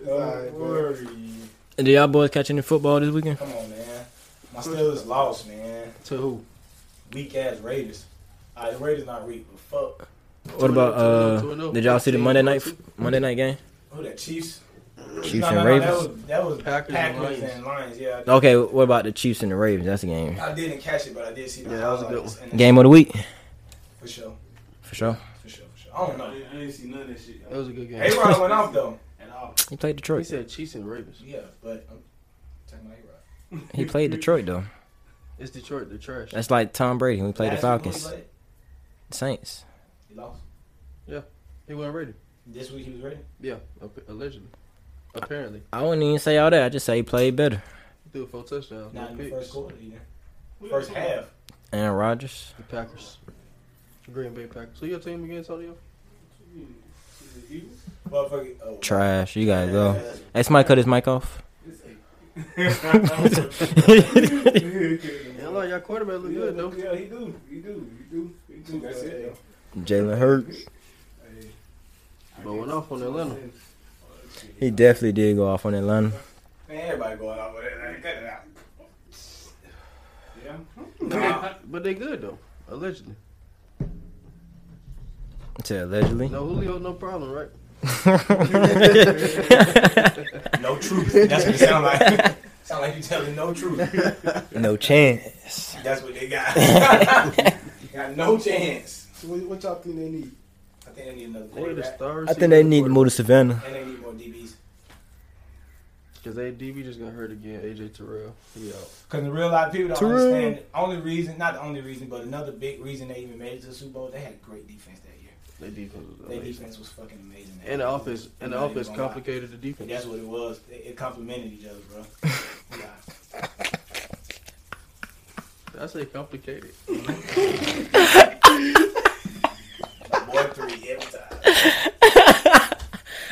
Speaker 4: alright, man.
Speaker 5: Don't worry.
Speaker 2: Did y'all boys catch any football this weekend?
Speaker 5: Come on, man. My Steelers lost, man.
Speaker 1: To who?
Speaker 5: Weak ass Raiders. Alright, the Raiders not weak, but fuck.
Speaker 2: What about uh? Did y'all see the Monday night Monday night game?
Speaker 5: Who that Chiefs?
Speaker 2: Chiefs
Speaker 5: No,
Speaker 2: and
Speaker 5: no, no,
Speaker 2: Ravens.
Speaker 5: That was, that was
Speaker 1: Packers
Speaker 5: Packers,
Speaker 1: and Lions.
Speaker 5: and Lions. Yeah, I,
Speaker 2: Okay, what about the Chiefs and the Ravens? That's the game.
Speaker 5: I didn't catch it, but I did see the
Speaker 1: Yeah, that was a good
Speaker 5: highlights and-
Speaker 2: Game of the week
Speaker 5: For sure,
Speaker 2: for sure.
Speaker 5: for sure, for sure. I don't know.
Speaker 3: I ain't see none of that shit
Speaker 1: That was a good game.
Speaker 5: Hey, Ron went off though.
Speaker 3: at all.
Speaker 2: He played
Speaker 1: He
Speaker 2: Detroit.
Speaker 1: said Chiefs and Ravens.
Speaker 5: Yeah, but um, Talking about A-Rod.
Speaker 2: He played Detroit though.
Speaker 1: It's Detroit, the trash.
Speaker 2: That's like Tom Brady when he played the
Speaker 5: Last week when he
Speaker 2: Falcons.
Speaker 5: played,
Speaker 2: Saints.
Speaker 5: He lost.
Speaker 1: He wasn't ready.
Speaker 5: This week he was ready.
Speaker 1: Yeah, ap- allegedly. Apparently.
Speaker 2: I wouldn't even say all that. I just say he played better.
Speaker 1: He threw four touchdowns. No
Speaker 5: Not in the
Speaker 1: picks.
Speaker 5: first quarter either. First half.
Speaker 2: Aaron Rodgers.
Speaker 1: The Packers. Green Bay Packers. Who your team against, Audio?
Speaker 5: Motherfucker. Oh,
Speaker 2: Trash. You gotta go. Hey, somebody cut his mic off.
Speaker 1: Yeah, I like y'all quarterback look good, though.
Speaker 5: Yeah, he do. He do. He do. He do. That's it,
Speaker 2: Jalen Hurts.
Speaker 1: But went off on Atlanta.
Speaker 2: He definitely did go off on Atlanta.
Speaker 5: though. Man, everybody going out with it. Like, cut it out. Yeah.
Speaker 1: But they, but they good, though. Allegedly.
Speaker 2: To allegedly.
Speaker 1: No Julio, no problem, right?
Speaker 5: No truth. That's what it sound like. sound like you telling no truth.
Speaker 2: no chance.
Speaker 5: That's what they got. got no chance.
Speaker 4: So what, what y'all think they need?
Speaker 5: I think they need another
Speaker 1: They the
Speaker 5: quarterback.
Speaker 1: star
Speaker 2: I think they need to move to Savannah.
Speaker 5: And they need more DBs.
Speaker 1: Because ADB just got hurt again. AJ Terrell. He out.
Speaker 5: Because in real life, people don't
Speaker 2: True.
Speaker 5: understand. The only reason, not the only reason, but another big reason they even made it to the Super Bowl, they had great defense that year.
Speaker 1: Their defense was
Speaker 5: Their
Speaker 1: amazing.
Speaker 5: defense was fucking amazing. that
Speaker 1: And
Speaker 5: year.
Speaker 1: the offense, and the
Speaker 5: I'm not
Speaker 1: offense
Speaker 5: even gonna lie.
Speaker 1: complicated the
Speaker 5: And
Speaker 1: defense.
Speaker 5: that's what it was. It, it complemented each other, bro. Yeah.
Speaker 1: I say complicated.
Speaker 5: Like, Boy, three every time.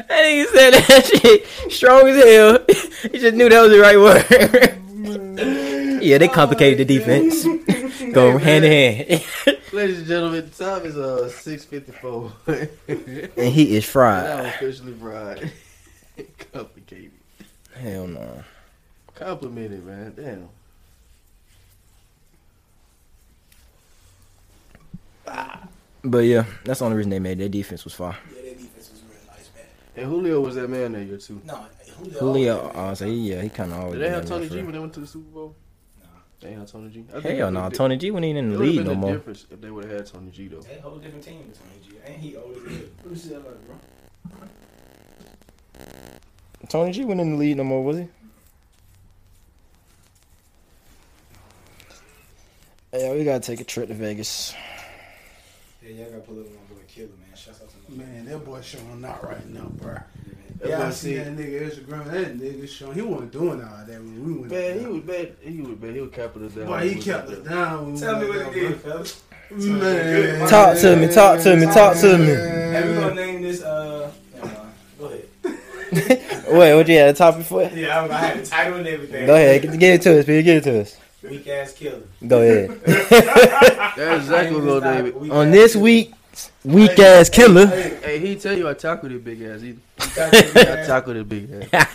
Speaker 2: That nigga said that shit strong as hell. He just knew that was the right word. yeah, they complicated the defense. Go hand in hand.
Speaker 1: Ladies and gentlemen, time is uh six fifty four. and
Speaker 2: and he is
Speaker 1: I'm
Speaker 2: fried.
Speaker 1: officially fried. complicated.
Speaker 2: Hell no.
Speaker 1: Complimented, man. Damn.
Speaker 2: But yeah, that's the only reason they made it. their defense was fire.
Speaker 5: Yeah, their defense was real nice, man.
Speaker 1: And Julio was that man that year too.
Speaker 5: No, Julio.
Speaker 2: Julio, uh, I say, Oh, yeah, he kind of always.
Speaker 1: Did they
Speaker 2: been
Speaker 1: have
Speaker 2: that
Speaker 1: Tony
Speaker 2: for
Speaker 1: G
Speaker 2: real.
Speaker 1: when they went to the Super Bowl?
Speaker 5: Nah.
Speaker 1: They ain't have Tony G. I think it
Speaker 2: Hell
Speaker 1: would've
Speaker 2: no,
Speaker 1: been-
Speaker 2: Tony G wasn't even in
Speaker 1: It
Speaker 2: the
Speaker 1: would've
Speaker 2: league
Speaker 1: been
Speaker 2: no
Speaker 1: a
Speaker 2: more.
Speaker 1: difference if they would have had Tony G though.
Speaker 5: That whole different team between G. Ain't he older than you? Let me see that letter, bro.
Speaker 2: Tony G wasn't in the league no more, was he? Yeah, we gotta take a trip to Vegas.
Speaker 5: Yeah, y'all gotta pull up on my boy Killer, man. Shouts out to my
Speaker 4: Man, that boy showing out right now, bro.
Speaker 5: man.
Speaker 1: That
Speaker 4: yeah,
Speaker 1: boy
Speaker 4: I see
Speaker 1: sick.
Speaker 4: that nigga Instagram. That nigga showing. He wasn't doing all that when we went.
Speaker 1: Man,
Speaker 4: down.
Speaker 1: he was bad. He was bad. He was capping us down.
Speaker 4: Boy, he kept us down. When we
Speaker 5: Tell me
Speaker 4: went
Speaker 5: what it
Speaker 4: down,
Speaker 5: did, fellas.
Speaker 4: bro. Man.
Speaker 2: Talk to me, talk to me, talk to me.
Speaker 5: Hey, we gonna name this, uh, never mind. Go ahead.
Speaker 2: Wait, what you had a topic for? Go
Speaker 5: Yeah, I'm gonna have the title and everything.
Speaker 2: ahead, give it to us, Peter. Give it to us.
Speaker 5: Weak ass killer.
Speaker 2: Go ahead.
Speaker 1: That's exactly what
Speaker 5: Stop.
Speaker 1: David.
Speaker 5: Weak
Speaker 2: On
Speaker 5: ass
Speaker 2: this
Speaker 5: killer.
Speaker 2: week's weak ass killer.
Speaker 1: Hey, he tell you I tackled his big ass. He,
Speaker 5: You got to be
Speaker 1: I
Speaker 5: ass.
Speaker 1: tackled his big ass.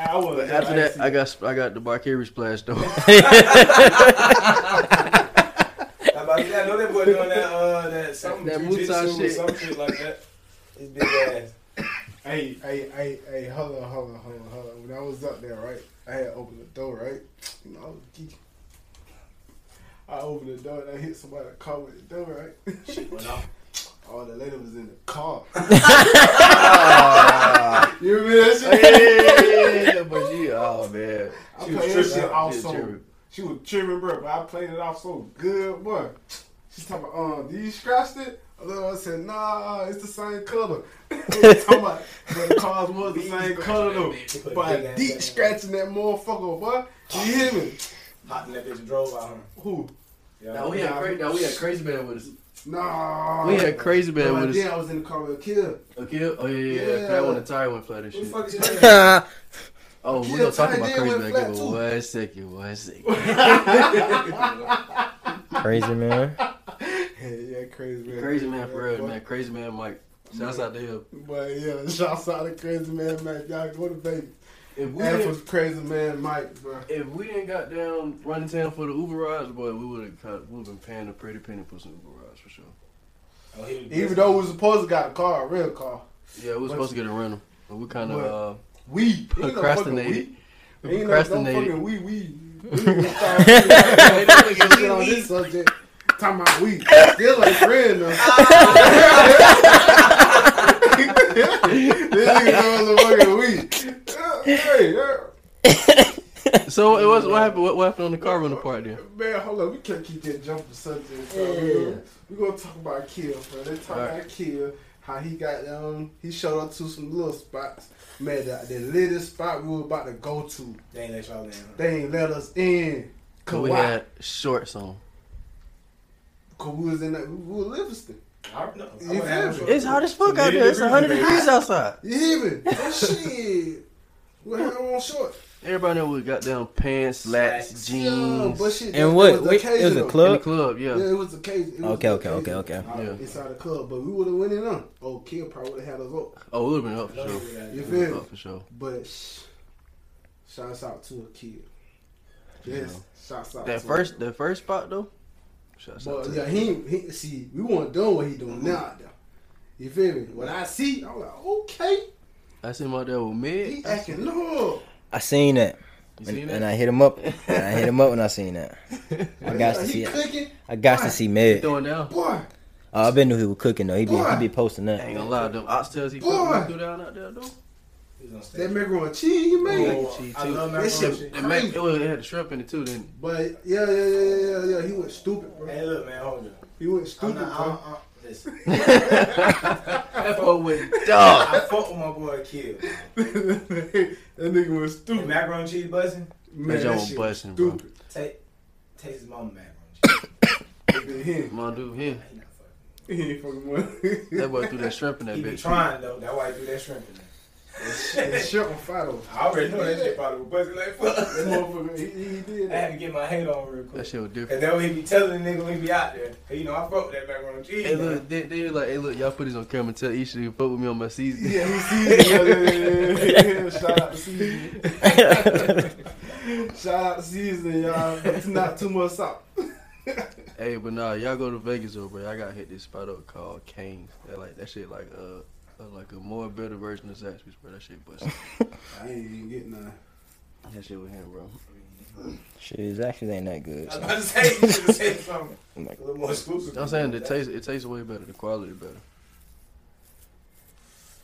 Speaker 5: I was.
Speaker 1: But after that, I got sp- I got the Barkiri splash though.
Speaker 5: I'm about to say, I know that boy doing that, uh, that something
Speaker 1: That
Speaker 5: jujitsu
Speaker 1: Muay Thai
Speaker 5: or
Speaker 1: shit.
Speaker 5: some shit like that. His big ass.
Speaker 4: Hey, hey, hey, hey, hold on, hold on, hold on, hold on. When I was up there, right, I had opened the door, right? You know, I was geeking. I opened the door and I hit somebody car with the door, right?
Speaker 5: Went off.
Speaker 4: Oh, the lady was in the car. you remember that shit?
Speaker 1: yeah, but you, oh man,
Speaker 4: I
Speaker 5: She was
Speaker 4: played
Speaker 5: tripping.
Speaker 4: that shit off
Speaker 1: Yeah,
Speaker 4: so.
Speaker 1: tripping.
Speaker 4: She was trimming, bro, but I played it off so good, boy. She's talking about, um, did you scratch it? A little, I said, nah, it's the same color. talking about, but the cars was the same color though. But I deep scratching that motherfucker, boy. You hear me?
Speaker 5: Hopped in that bitch and drove out him.
Speaker 4: Who?
Speaker 5: Oh, Yeah.
Speaker 1: Now we had crazy. Now we had crazy man with us.
Speaker 4: Nah.
Speaker 1: We had crazy man
Speaker 4: But
Speaker 1: with
Speaker 4: then
Speaker 1: us.
Speaker 4: I was in the car with a kid.
Speaker 1: Okay. Oh yeah, yeah. yeah.
Speaker 4: Yeah.
Speaker 1: That one the tire went flat and
Speaker 5: Who the
Speaker 1: shit.
Speaker 5: fuck is that?
Speaker 2: yeah,
Speaker 1: Oh, we
Speaker 4: Yeah,
Speaker 1: gonna talk
Speaker 4: tire
Speaker 1: about
Speaker 4: did
Speaker 1: crazy
Speaker 4: went
Speaker 1: man.
Speaker 4: flat,
Speaker 1: Give it
Speaker 4: too.
Speaker 1: one second. One second.
Speaker 2: Crazy man.
Speaker 4: Yeah, yeah, crazy man.
Speaker 1: Crazy man for real,
Speaker 4: boy.
Speaker 1: man. Crazy man Mike. Shouts out to him.
Speaker 4: But yeah, shouts out to Crazy Man Mike. Y'all go to Vegas.
Speaker 1: If we
Speaker 4: And
Speaker 1: didn't,
Speaker 4: for Crazy Man Mike, bro.
Speaker 1: if we didn't got down running town for the Uber rides, boy, we would have we would been paying a pretty penny for some Uber rides for sure.
Speaker 5: Oh, he was-
Speaker 4: Even though we supposed to got a car, a real car.
Speaker 1: Yeah, we was
Speaker 4: But-
Speaker 1: supposed to get a rental, but we kind
Speaker 4: But-
Speaker 1: of uh,
Speaker 4: We
Speaker 1: procrastinated. We
Speaker 4: Ain't no fucking we. Ain't no-
Speaker 1: procrastinated.
Speaker 4: no fucking we. We. We need to start- we need to get shit on this subject. Talking about we. Still ain't friend though. this nigga doing some fucking we. Hey,
Speaker 1: So it was what happened? What, what happened on the car rental part then?
Speaker 4: Man, hold on. We can't keep that jumping subject. So we're, gonna, we're gonna talk about Kill, bro. They talk about Kill. How he got um he showed up to some little spots. Man, the, the latest spot we were about to go to,
Speaker 5: They ain't let y'all in.
Speaker 4: they ain't let us in. Kawhi,
Speaker 1: Cause we had shorts on.
Speaker 4: cause we was in that, we were Livingston.
Speaker 5: I don't know. I
Speaker 4: You
Speaker 5: wouldn't have
Speaker 4: feel
Speaker 5: it.
Speaker 4: me?
Speaker 2: It's hot as fuck out there. It's 100 degrees outside.
Speaker 4: You hear me? Oh, shit, we had on short.
Speaker 1: Everybody know we got down pants, slacks,
Speaker 5: Slacks.
Speaker 4: Yeah,
Speaker 1: jeans.
Speaker 4: but shit, that-
Speaker 2: And
Speaker 4: that
Speaker 2: what?
Speaker 4: was
Speaker 2: Wait, it was a
Speaker 4: occasional.
Speaker 1: in the
Speaker 2: club?
Speaker 1: club, yeah.
Speaker 4: Yeah, it was the case. It was
Speaker 2: Okay,
Speaker 4: the
Speaker 2: okay, okay,
Speaker 4: occasion.
Speaker 2: okay.
Speaker 1: Yeah.
Speaker 4: Inside the club, but we would have went in on. Oh, Kill probably would have had us up.
Speaker 1: Oh, we would have been up for
Speaker 5: Don't
Speaker 1: sure.
Speaker 5: do
Speaker 4: You
Speaker 5: that.
Speaker 1: We would've
Speaker 4: feel
Speaker 1: been
Speaker 4: me?
Speaker 1: up for sure.
Speaker 4: But sh- shouts out to a kid. Yes, shouts out.
Speaker 1: That
Speaker 4: to
Speaker 1: first, that first spot though. Shouts out
Speaker 4: but
Speaker 1: to
Speaker 4: yeah, he, he see we weren't doing what he doing now. Though. You feel me? When I see, I'm like, okay,
Speaker 1: I seen him out there with Meg.
Speaker 4: he acting love.
Speaker 2: I seen that.
Speaker 1: You
Speaker 2: And,
Speaker 1: seen
Speaker 2: and
Speaker 1: that?
Speaker 2: I hit him up. And I hit him up when I seen that. I got to
Speaker 4: He
Speaker 2: see it.
Speaker 4: cooking,
Speaker 2: I got to see Med.
Speaker 1: Throwing down.
Speaker 4: boy.
Speaker 2: Oh, I been knew he was cooking though. He be he be posting
Speaker 1: I ain't
Speaker 2: that.
Speaker 1: gonna lie, them oxtails he
Speaker 4: Boy.
Speaker 1: put threw down out there though.
Speaker 5: He's on stage.
Speaker 4: That macaroni cheese he made.
Speaker 1: Oh, cheese,
Speaker 5: I
Speaker 1: too.
Speaker 5: love
Speaker 4: That
Speaker 5: macaroni
Speaker 4: shit-
Speaker 5: and cheese.
Speaker 1: It, made, it, was, it had the shrimp in it too. Then
Speaker 4: But yeah, yeah, yeah, yeah, yeah, yeah. He went stupid, bro.
Speaker 5: Hey, look, man, hold up.
Speaker 4: He went
Speaker 5: I'm
Speaker 4: stupid,
Speaker 5: not, I
Speaker 4: bro.
Speaker 5: don't, I don't, listen.
Speaker 1: that boy went dog.
Speaker 5: I fuck with my boy Kill.
Speaker 4: that nigga was
Speaker 5: The
Speaker 4: stupid.
Speaker 5: macaroni and cheese buzzing,
Speaker 4: Man,
Speaker 1: That joint
Speaker 4: that
Speaker 1: was
Speaker 4: shit
Speaker 1: busting, bro.
Speaker 4: stupid.
Speaker 5: take, taste his mama macaroni and cheese.
Speaker 4: Been him.
Speaker 1: My dude here.
Speaker 5: He not fucking-
Speaker 4: He ain't fucking with
Speaker 1: That boy threw that shrimp in that
Speaker 5: He be
Speaker 1: bitch.
Speaker 5: trying, though. That's why he threw that shrimp in there.
Speaker 4: That shit was fire though.
Speaker 5: I already know that shit probably was buzzing like
Speaker 4: That
Speaker 5: fuck.
Speaker 4: motherfucker, he, he did
Speaker 5: I had to
Speaker 4: that.
Speaker 5: get my head on real quick.
Speaker 1: That shit was
Speaker 5: Cause
Speaker 1: different.
Speaker 5: that way he be telling the nigga when he be out there. Hey, you know, I fuck with that macaroni and cheese.
Speaker 1: Hey look, they, they was like, hey look, y'all put this on camera. and Tell Isha to fuck with me on my season.
Speaker 4: Yeah, he sees it. Yeah, yeah, yeah, yeah. Shout out to season. Shout out to season, y'all. It's not too much salt.
Speaker 1: Hey, but nah, y'all go to Vegas though, bro. I gotta hit this spot up called Kane's. That like that shit like uh. uh, Like a more better version of Zaxby's, bro. That shit busted.
Speaker 4: I ain't even getting none.
Speaker 1: that shit with him, bro.
Speaker 2: Shit, it actually ain't that
Speaker 5: I
Speaker 2: good.
Speaker 5: was
Speaker 2: so.
Speaker 5: about to say, you should have said something. A little more exclusive.
Speaker 1: I'm saying it tastes it tastes way better. The quality better.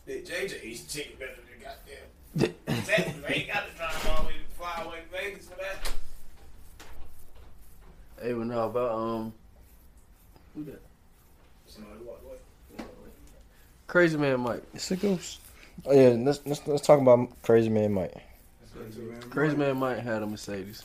Speaker 5: That JJ eats chicken better than goddamn. Exactly. man. Ain't got to drive all the way to fly away to Vegas for that.
Speaker 1: Hey, but no, about um, who that?
Speaker 5: Somebody walked away.
Speaker 1: Crazy man Mike.
Speaker 2: It's a ghost. Oh yeah, let's, let's let's talk about Crazy Man Mike.
Speaker 1: Crazy man Mike had a Mercedes.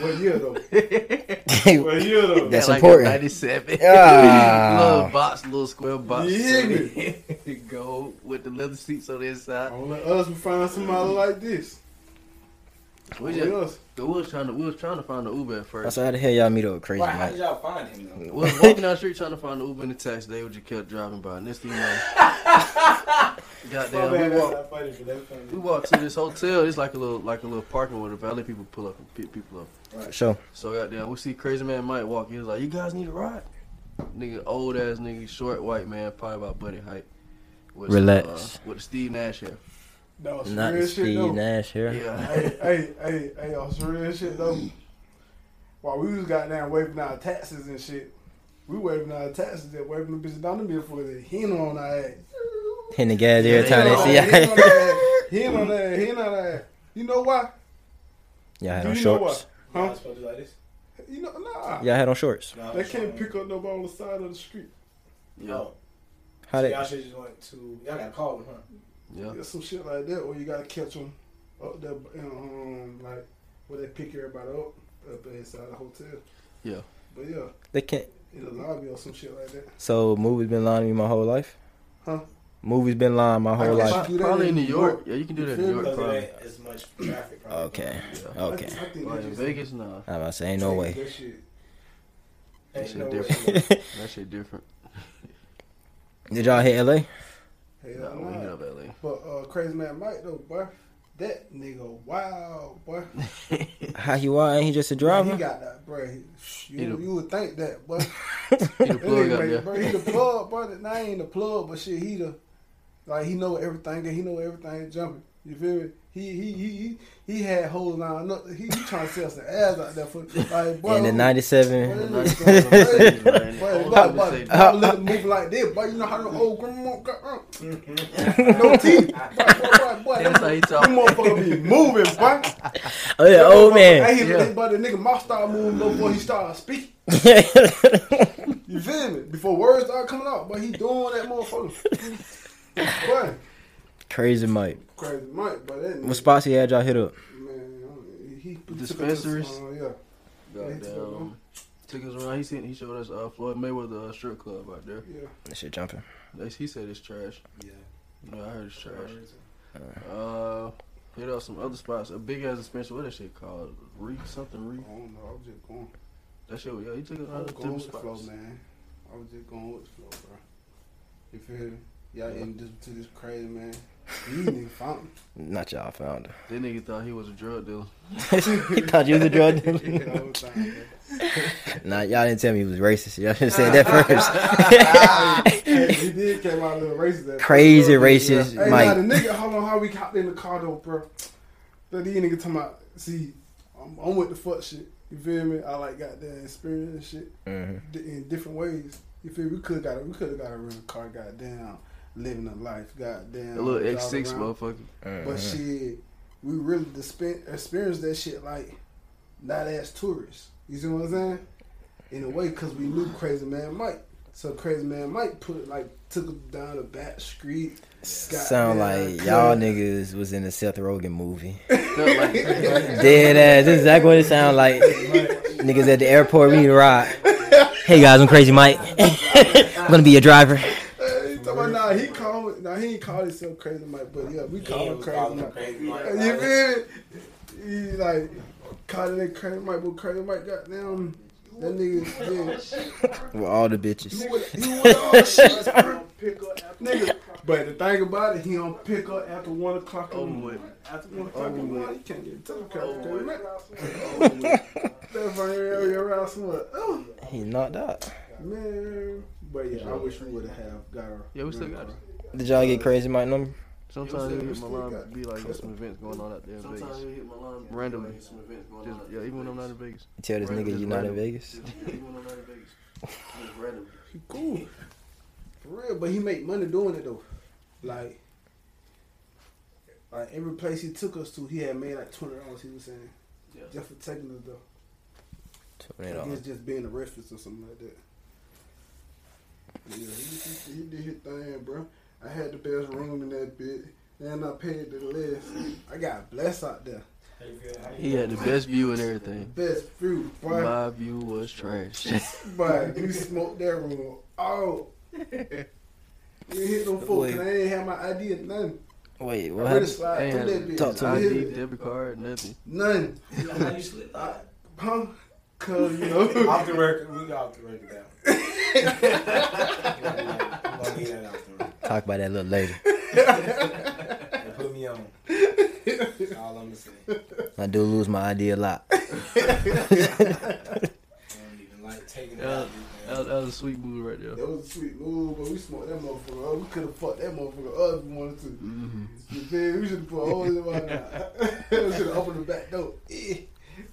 Speaker 4: What year though?
Speaker 2: That's
Speaker 4: What year though?
Speaker 1: Had, like, a
Speaker 2: important.
Speaker 1: Ninety-seven.
Speaker 2: Ah.
Speaker 1: little box, little square box.
Speaker 4: You hear Oh,
Speaker 1: Gold with the leather seats on the inside.
Speaker 4: Only us would find somebody like this.
Speaker 1: We
Speaker 4: Only
Speaker 1: just
Speaker 4: us.
Speaker 1: we was trying to we was trying to find the Uber at first.
Speaker 2: how the hell y'all meet up with Crazy
Speaker 5: Why, how
Speaker 2: Mike.
Speaker 5: did y'all find him though?
Speaker 1: We was walking down the street trying to find the Uber and the taxi. They just kept driving by. Next thing you know,
Speaker 5: My
Speaker 1: goddamn,
Speaker 5: bad,
Speaker 1: we
Speaker 5: that's
Speaker 1: walked
Speaker 5: not funny, but that's funny.
Speaker 1: we walked to this hotel. It's like a little like a little parking where the valet people pull up and pick people up.
Speaker 2: Sure.
Speaker 1: So goddamn, we see Crazy Man Mike walk. He was like, "You guys need a ride." Nigga, old ass nigga, short white man, probably about buddy height. With
Speaker 2: Relax.
Speaker 1: Uh, with the Steve Nash hair.
Speaker 4: That was
Speaker 2: Not
Speaker 4: real
Speaker 2: the
Speaker 4: shit though.
Speaker 2: Steve Nash here.
Speaker 1: Yeah.
Speaker 4: hey, hey, hey, hey, on some real shit though. While we was goddamn waving our taxes and shit, we waving our taxes and waving the bitch down the middle for the hen on our ass.
Speaker 2: Hitting the gas every
Speaker 1: Yeah,
Speaker 2: time
Speaker 1: they
Speaker 2: they
Speaker 1: all-
Speaker 2: see
Speaker 4: Hen on
Speaker 2: y'all.
Speaker 4: our ass, hen on our ass, hen on our ass. You know why?
Speaker 2: Y'all had
Speaker 4: Do
Speaker 2: on
Speaker 4: you know
Speaker 2: shorts.
Speaker 5: Y'all
Speaker 4: Huh?
Speaker 5: supposed to do like this?
Speaker 4: You know, nah.
Speaker 2: Y'all had on shorts.
Speaker 5: No,
Speaker 4: They can't pick up nobody on the side of the street.
Speaker 1: Yeah.
Speaker 2: How
Speaker 5: so
Speaker 2: they?
Speaker 5: y'all should just went to. Y'all got to call him, huh?
Speaker 1: Yeah.
Speaker 4: There's some shit like that, or you gotta catch them up there, you know, um, like where they pick everybody up up inside the hotel.
Speaker 1: Yeah.
Speaker 4: But yeah,
Speaker 2: They can't.
Speaker 4: in the lobby or some shit like that.
Speaker 2: So movies been lying to me my whole life.
Speaker 4: Huh?
Speaker 2: Movies been lying my whole
Speaker 4: I
Speaker 2: life.
Speaker 4: guess you do that
Speaker 1: Probably in New York. Yeah, you can do that in New York
Speaker 5: Because there
Speaker 1: probably.
Speaker 5: ain't as much traffic. Probably
Speaker 2: Okay.
Speaker 1: Yeah.
Speaker 2: Okay.
Speaker 4: I, I think
Speaker 1: Like
Speaker 4: they
Speaker 1: in
Speaker 4: just
Speaker 1: Vegas, nah.
Speaker 2: I'm about to say ain't no way.
Speaker 4: That shit.
Speaker 1: That
Speaker 5: Ain't
Speaker 1: shit
Speaker 5: no way.
Speaker 1: different. that shit different.
Speaker 2: Did y'all hit LA?
Speaker 1: Nah,
Speaker 4: Hell
Speaker 1: we hit
Speaker 4: nah.
Speaker 1: up LA.
Speaker 4: But uh, Crazy Man Mike though, boy, that nigga wild, boy.
Speaker 2: How he why ain't he just a
Speaker 4: Man, he
Speaker 2: driver?
Speaker 4: got that, bro. He,
Speaker 1: He
Speaker 4: you,
Speaker 1: the-
Speaker 4: you would think that, boy.
Speaker 1: He the
Speaker 4: That
Speaker 1: plug
Speaker 4: nigga
Speaker 1: out
Speaker 4: make-
Speaker 1: there.
Speaker 4: bro, he the plug, bro. Now he ain't the plug, but shit, he the like he know everything. He know everything jumping. You feel me? He he he he, he had holes lined up. He, he trying to sell some ass out there for like boy.
Speaker 2: In the
Speaker 4: Boy,
Speaker 2: '97,
Speaker 4: that
Speaker 1: Like, that's what I'm saying, man.
Speaker 4: Boy, boy,
Speaker 1: All I'm
Speaker 4: boy,
Speaker 1: saying-
Speaker 4: boy, let it move like this, boy. You know how the old grandma got uh, no teeth. Boy, boy, boy,
Speaker 1: That's how
Speaker 4: boy.
Speaker 1: he
Speaker 4: That
Speaker 1: talk.
Speaker 4: motherfucker be moving, boy.
Speaker 2: oh yeah, old man.
Speaker 4: Hey, he-
Speaker 1: Yeah.
Speaker 4: but the nigga mouth started moving before he started speaking.
Speaker 2: yeah,
Speaker 4: You feel me? Before words start coming out, but he doing that motherfucker. boy,
Speaker 2: crazy Mike.
Speaker 4: crazy Mike, but that
Speaker 2: What
Speaker 4: nigga,
Speaker 2: spots he had y'all hit up?
Speaker 4: man, he- he took it to-
Speaker 1: Dispensaries?
Speaker 4: uh, yeah.
Speaker 1: Goddamn. Took us around. He seen. He showed us uh, Floyd Mayweather uh, strip club out there.
Speaker 4: Yeah.
Speaker 2: That shit jumping.
Speaker 1: They, he said it's trash.
Speaker 4: Yeah.
Speaker 1: Yeah, I heard it's trash. Uh, hit up some other spots. A big ass dispensary. What that shit called? Reek something. Reek.
Speaker 4: I don't know. I was just going.
Speaker 1: That shit. Yeah, he took us
Speaker 4: I was
Speaker 1: out
Speaker 4: going
Speaker 1: to
Speaker 4: with the flow,
Speaker 1: spots.
Speaker 4: man. I was just going with the flow, bro. You feel me? Y'all in this to this crazy man. These niggas found
Speaker 2: Not y'all found him.
Speaker 1: That nigga thought he was a drug dealer.
Speaker 2: he thought you was a drug dealer.
Speaker 4: me. all the time, bro.
Speaker 2: Nah, y'all didn't tell me he was racist. Y'all should have said that first.
Speaker 4: Hey, he did came out a little racist. At
Speaker 2: Crazy
Speaker 4: first, though.
Speaker 2: racist,
Speaker 4: Hey, now
Speaker 2: Mike.
Speaker 4: the nigga, hold on, how we hopped in the car though, bro. That these nigga talking about, see, I'm, I'm with the fuck shit. You feel me? I like got that experience and shit.
Speaker 2: Mhm.
Speaker 4: di- in different ways. You feel we could got we could have got a rental car, goddamn, living a life, goddamn.
Speaker 1: A little X
Speaker 4: drive
Speaker 1: six
Speaker 4: around.
Speaker 1: motherfucker.
Speaker 2: Uh-huh.
Speaker 4: But
Speaker 2: mm-hmm.
Speaker 4: shit, we really dispen- experienced that shit like not as tourists. You see what I'm saying? In a way, because we knew Crazy Man Mike. So Crazy Man Mike put like took us down the back street.
Speaker 2: Sound
Speaker 4: goddamn,
Speaker 2: like y'all
Speaker 4: cut.
Speaker 2: niggas was in the Seth Rogen movie.
Speaker 1: Felt like,
Speaker 2: Dead ass. This is exactly what it sound like. niggas at the airport, we need a ride. Hey guys, I'm Crazy Mike. I'm gonna be your driver.
Speaker 4: Hey, he talking about, nah, he called. Nah, he ain't called himself Crazy Mike, but yeah, we call him Crazy Mike. You feel me? He like caught it in Crazy Mike, but Crazy Mike got down. That nigga, yeah.
Speaker 2: With all the bitches.
Speaker 4: He would, he would all shit, bro. Pick up after- nigga. But the thing about it, he don't pick up after one o'clock. in the
Speaker 1: Over
Speaker 4: morning. After one o'clock in the
Speaker 1: Over
Speaker 4: morning, he can't get to the car.
Speaker 1: Over
Speaker 4: That's why you're you're around somewhere. Oh,
Speaker 2: He knocked out.
Speaker 4: man. But yeah, I wish we would have got her.
Speaker 1: Yeah, we still got it.
Speaker 2: Did y'all get Crazy Mike number?
Speaker 1: Sometimes it hit my line. Be like, there's some events going on out there in Vegas. Randomly. Just, yeah, even when I'm not in Vegas.
Speaker 2: You tell this nigga you not in Vegas.
Speaker 1: even when I'm not in Vegas. Just randomly.
Speaker 4: He cool. For real, but he make money doing it though. Like, like every place he took us to, he had made like twenty dollars. He was saying
Speaker 1: Yeah.
Speaker 4: just for taking us though.
Speaker 2: Twenty
Speaker 4: I guess
Speaker 2: dollars.
Speaker 4: just being a reference or something like that. Yeah, he, he, he did his thing, bro. I had the best room in that bit, and I paid the less. I got blessed out there.
Speaker 1: He had the best view and
Speaker 4: The
Speaker 1: everything.
Speaker 4: best fruit, bro.
Speaker 1: My view was trash.
Speaker 4: But you smoked that room. Oh. You hit them folks,
Speaker 2: Wait.
Speaker 4: and I ain't have my ID or nothing.
Speaker 2: Wait,
Speaker 4: I
Speaker 2: what
Speaker 4: really
Speaker 2: happened?
Speaker 4: slide
Speaker 1: Ain't
Speaker 4: through
Speaker 1: had a
Speaker 4: that bitch.
Speaker 2: Talk
Speaker 1: talk
Speaker 2: to
Speaker 1: to
Speaker 4: I
Speaker 2: me.
Speaker 1: ID,
Speaker 4: hit it.
Speaker 1: debit card, nothing.
Speaker 4: None.
Speaker 5: How you slip
Speaker 4: I,
Speaker 5: that?
Speaker 4: huh? Cause you
Speaker 5: Off
Speaker 4: know.
Speaker 5: the record, we got off the record that one. I'm gonna get that off the record.
Speaker 2: Talk about that a little later.
Speaker 5: They put me on. That's all I'm gonna say. I
Speaker 2: I do lose my ID a lot.
Speaker 5: don't even like taking it
Speaker 1: Yeah.
Speaker 5: out.
Speaker 1: That was, that was a sweet move right there.
Speaker 4: That was a sweet move, but we smoked that motherfucker up. We could have fucked that motherfucker up if we wanted to.
Speaker 1: Mm-hmm.
Speaker 4: You feel me? We should have put holes in my uh, We should have opened the back door. Eh.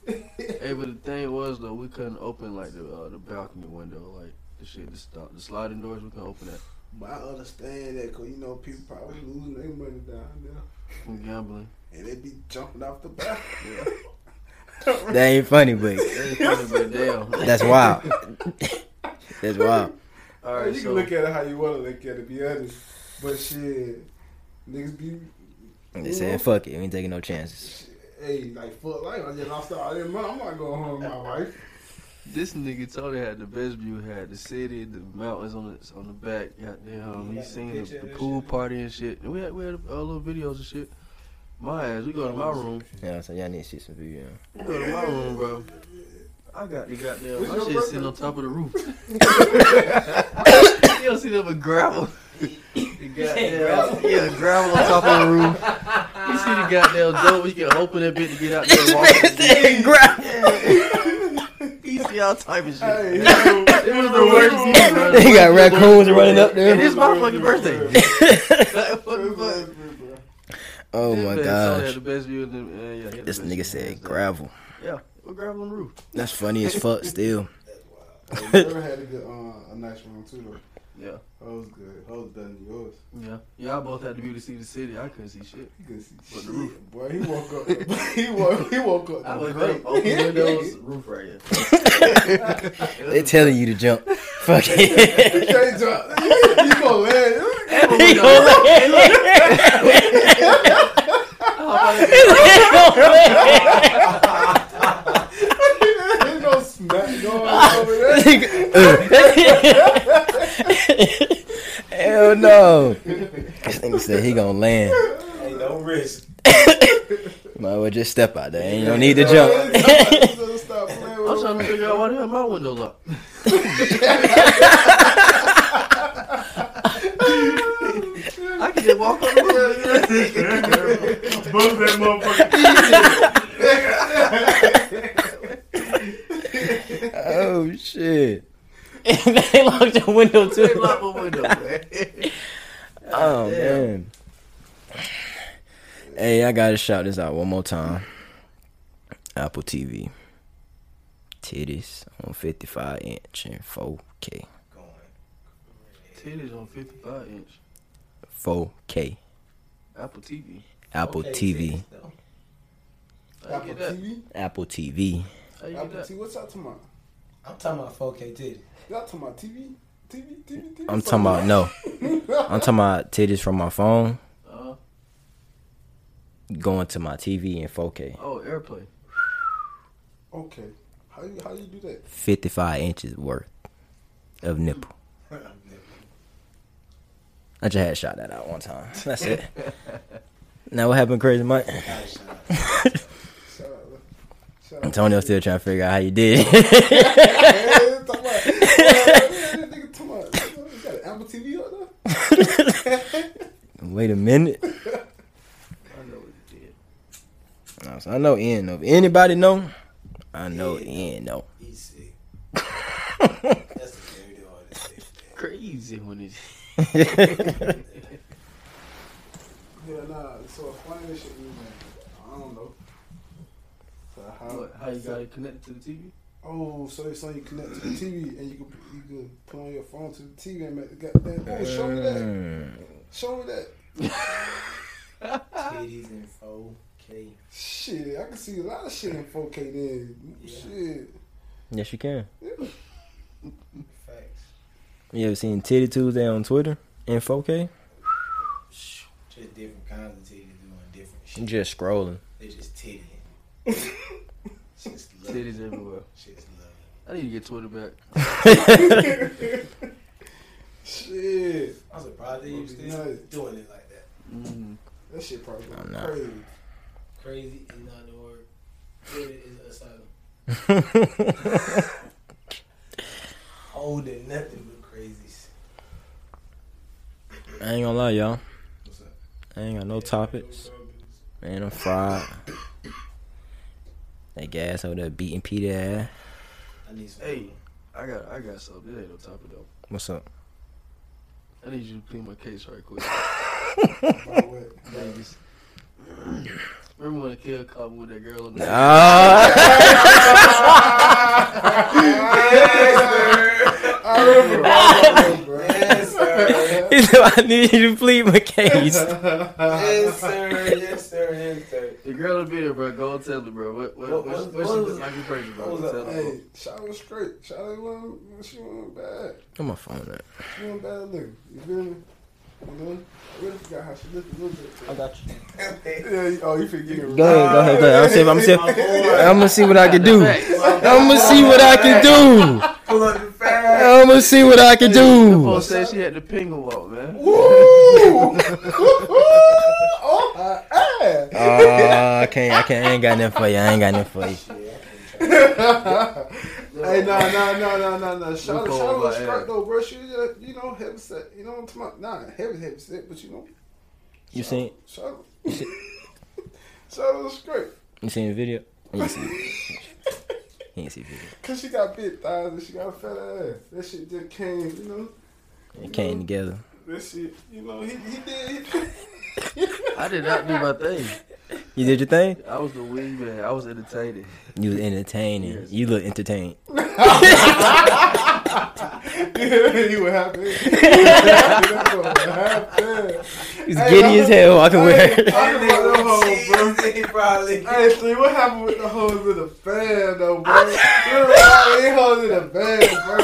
Speaker 1: Hey, but the thing was though, we couldn't open like the uh, the balcony window, like the shit, the, st- the sliding doors. We couldn't open that
Speaker 4: But I understand that because, you know, people probably losing their money down there.
Speaker 1: from gambling.
Speaker 4: And they be jumping off the back.
Speaker 2: That ain't funny, but
Speaker 1: Hey, but damn.
Speaker 2: that's wild. That's wild.
Speaker 1: All right,
Speaker 4: you
Speaker 1: so
Speaker 4: can look at it how you want to look at it, be honest. But shit, niggas be,
Speaker 2: They said, fuck it, we ain't taking no chances.
Speaker 4: hey, like, fuck life. I just lost all that money. I'm not going home with my wife.
Speaker 1: this nigga Tony had the best view. Had the city, the mountains on the on the back. Goddamn, he seen the, the pool party and shit. And we had we had uh, little videos and shit. My ass, we go to my room.
Speaker 2: You know what I'm saying? Y'all need to see some video.
Speaker 1: We go to my room, bro. I got the goddamn. My shit sitting on top of the roof. you don't see nothing but gravel. The goddamn, yeah, gravel on top of the roof. You see the goddamn door. We can open that bitch to get out there and walk. in. You see all type of shit.
Speaker 4: Hey,
Speaker 1: It
Speaker 4: yo,
Speaker 1: was the worst view, bro.
Speaker 2: They got raccoons running up
Speaker 1: And
Speaker 2: there.
Speaker 1: it's my fucking birthday. Like, what the
Speaker 4: that's
Speaker 1: fuck?
Speaker 4: what it is, bro.
Speaker 2: Oh
Speaker 1: Yeah,
Speaker 2: my
Speaker 1: man, Charlotte had
Speaker 2: gosh.
Speaker 1: the best view in the, uh, yeah, had the
Speaker 2: This
Speaker 1: best
Speaker 2: nigga
Speaker 1: view,
Speaker 2: said
Speaker 1: hands down.
Speaker 2: gravel.
Speaker 1: Yeah, we're gravel on the roof.
Speaker 2: That's funny as fuck still.
Speaker 4: I've never had a good, uh, a nice round too though.
Speaker 1: Yeah,
Speaker 4: Hers good. Hers better than yours.
Speaker 1: yeah, y'all both had the view to see the city. I couldn't see shit.
Speaker 4: You can see
Speaker 1: But the
Speaker 4: shit,
Speaker 1: roof.
Speaker 4: boy. He woke up. he woke. He woke up.
Speaker 1: I
Speaker 4: the
Speaker 1: was
Speaker 4: great.
Speaker 1: up open windows, roof right here.
Speaker 2: They telling you to jump. Fuck
Speaker 4: You
Speaker 2: it.
Speaker 4: can't drop. You gonna land?
Speaker 1: Oh
Speaker 2: He gonna land.
Speaker 4: There's no smack going on over there.
Speaker 2: Hell no. This nigga said he gonna land.
Speaker 5: Hey, don't risk.
Speaker 2: Might as well just step out there. Ain't no need to jump.
Speaker 4: Stop playing
Speaker 1: I'm
Speaker 4: with
Speaker 1: trying to figure out why the hell my window locked. I can just walk on the roof.
Speaker 4: Both that motherfucker.
Speaker 2: oh shit. they locked the window
Speaker 1: They
Speaker 2: too.
Speaker 1: locked my window, man.
Speaker 2: Oh man. Hey, I gotta shout this out one more time. Apple TV. Titties on 55 inch and 4K.
Speaker 5: Going.
Speaker 1: Titties on 55 inch
Speaker 2: 4K.
Speaker 1: Apple TV.
Speaker 2: Apple
Speaker 5: Okay,
Speaker 2: TV.
Speaker 5: though.
Speaker 1: How you
Speaker 4: Apple
Speaker 1: get that?
Speaker 4: TV.
Speaker 2: Apple TV.
Speaker 1: How you get
Speaker 4: Apple
Speaker 1: that?
Speaker 4: TV. What's that to my?
Speaker 5: I'm talking about 4K titty.
Speaker 4: Y'all talking about TV? TV? TV? TV?
Speaker 2: I'm talking about no. I'm talking about titties from my phone
Speaker 1: Uh,
Speaker 2: going to my TV in 4K.
Speaker 1: oh, AirPlay.
Speaker 4: Okay. How you how you do that?
Speaker 2: 55 inches worth of nipple. I just had shot that out one time. That's it. now what happened, Crazy Mike?
Speaker 4: Shout out. look. Shout out.
Speaker 2: Antonio still trying to figure out how you did. it.
Speaker 4: Hey, talking about- Hey, nigga talking about- you got an Apple TV up there?
Speaker 2: Wait a minute.
Speaker 1: I know what you did.
Speaker 2: No, so I know Ian know. Anybody know? I know Ian know.
Speaker 5: He's sick. That's the dirty artist.
Speaker 1: Crazy when it's.
Speaker 4: Yeah, nah. So explain this shit to me, man. I don't know. So how,
Speaker 1: What, how you got it connected to the TV?
Speaker 4: Oh, so it's on you connect to the TV and you can you can put on your phone to the TV and make the goddamn. Oh, show me that.
Speaker 2: Mm.
Speaker 4: Show me that.
Speaker 5: Titties in 4K.
Speaker 4: Shit, I can see a lot of shit in 4K then. Shit.
Speaker 2: Yes, you can.
Speaker 5: Facts.
Speaker 2: You ever seen Titty Tuesday on Twitter in 4K?
Speaker 5: Just different kinds of titties doing different
Speaker 2: I'm
Speaker 5: shit.
Speaker 2: just scrolling.
Speaker 5: They just tittying. Shit's love.
Speaker 1: Titties everywhere.
Speaker 5: Shit's love.
Speaker 1: I need to get Twitter back.
Speaker 4: Shit.
Speaker 5: I'm surprised they even still
Speaker 4: Nice.
Speaker 5: doing it like that.
Speaker 1: Mm.
Speaker 4: That shit probably
Speaker 2: I'm
Speaker 4: going
Speaker 2: not.
Speaker 4: crazy.
Speaker 5: Crazy is not the word. Titty is asylum. Holding nothing but crazies.
Speaker 2: I ain't gonna lie, y'all.
Speaker 5: What's up?
Speaker 2: I ain't got no topics. Man, I'm fried. That gas over there beating Peter ass.
Speaker 5: I need some.
Speaker 1: Hey, I got, I got something. This ain't no topic though.
Speaker 2: What's up?
Speaker 1: I need you to clean my case right quick.
Speaker 4: About what?
Speaker 1: Like, just- Remember when the kid called me with that girl? In the
Speaker 2: Ah,
Speaker 4: I remember. I remember, bro.
Speaker 5: Yes, sir.
Speaker 2: he said, I need you to plead my case.
Speaker 5: yes, sir. Yes, sir. Yes, sir.
Speaker 1: the girl in the video, bro. Go and tell her, bro. What, what, what,
Speaker 5: What-
Speaker 1: what,
Speaker 5: what- what
Speaker 1: she
Speaker 5: was
Speaker 1: look
Speaker 5: it?
Speaker 1: like in person, bro?
Speaker 5: What was
Speaker 1: Tell her, bro.
Speaker 4: Hey, shout out straight. Shout out one. She wasn't bad.
Speaker 2: Where my phone at?
Speaker 4: She wasn't bad looking. You feel me? You know? I really forgot how she looked a little bit.
Speaker 2: got you.
Speaker 4: Yeah, you- oh, you forget.
Speaker 2: Go ahead, go ahead, go ahead. I'm see, I'm see, I'm gonna see what I can do. I'm gonna see what I can do.
Speaker 5: Pull up the fast.
Speaker 2: I'm gonna see what I can
Speaker 1: The
Speaker 2: do.
Speaker 1: post said she had the penguin walk, man.
Speaker 4: Ooh! oh, her ass.
Speaker 2: Uh, I can't, I can't. I ain't got nothing for you. I ain't got nothing for you.
Speaker 4: hey, no, no, no, no, no, no. Shout
Speaker 1: Look
Speaker 4: out
Speaker 1: over
Speaker 4: to
Speaker 1: her
Speaker 4: Strike
Speaker 1: ass.
Speaker 4: though, bro. She, was just, you know, heavy set. You know what I'm talking about? Nah, heavy, heavy set, but you know,
Speaker 2: You seen,
Speaker 4: shout out. shout out to Strike.
Speaker 2: you seen the video? You ain't see. it. You ain't see the video.
Speaker 4: Because she got big thighs and she got a fat ass. That shit just came, you know?
Speaker 2: It came together.
Speaker 4: That shit, you know, he, he did. He did.
Speaker 1: I did not do my thing.
Speaker 2: You did your thing.
Speaker 1: I was the wingman. I was entertaining.
Speaker 2: You was entertaining.
Speaker 1: Yes.
Speaker 2: You look entertained.
Speaker 4: you were happy. You were happy.
Speaker 2: He's
Speaker 4: Hey,
Speaker 2: giddy
Speaker 4: I-
Speaker 2: as hell walking with her.
Speaker 4: I don't know the whole, bro.
Speaker 5: He probably.
Speaker 4: Hey, see what happened with the hoes in the fan, though, bro? You remember all these hoes in the fan, bro?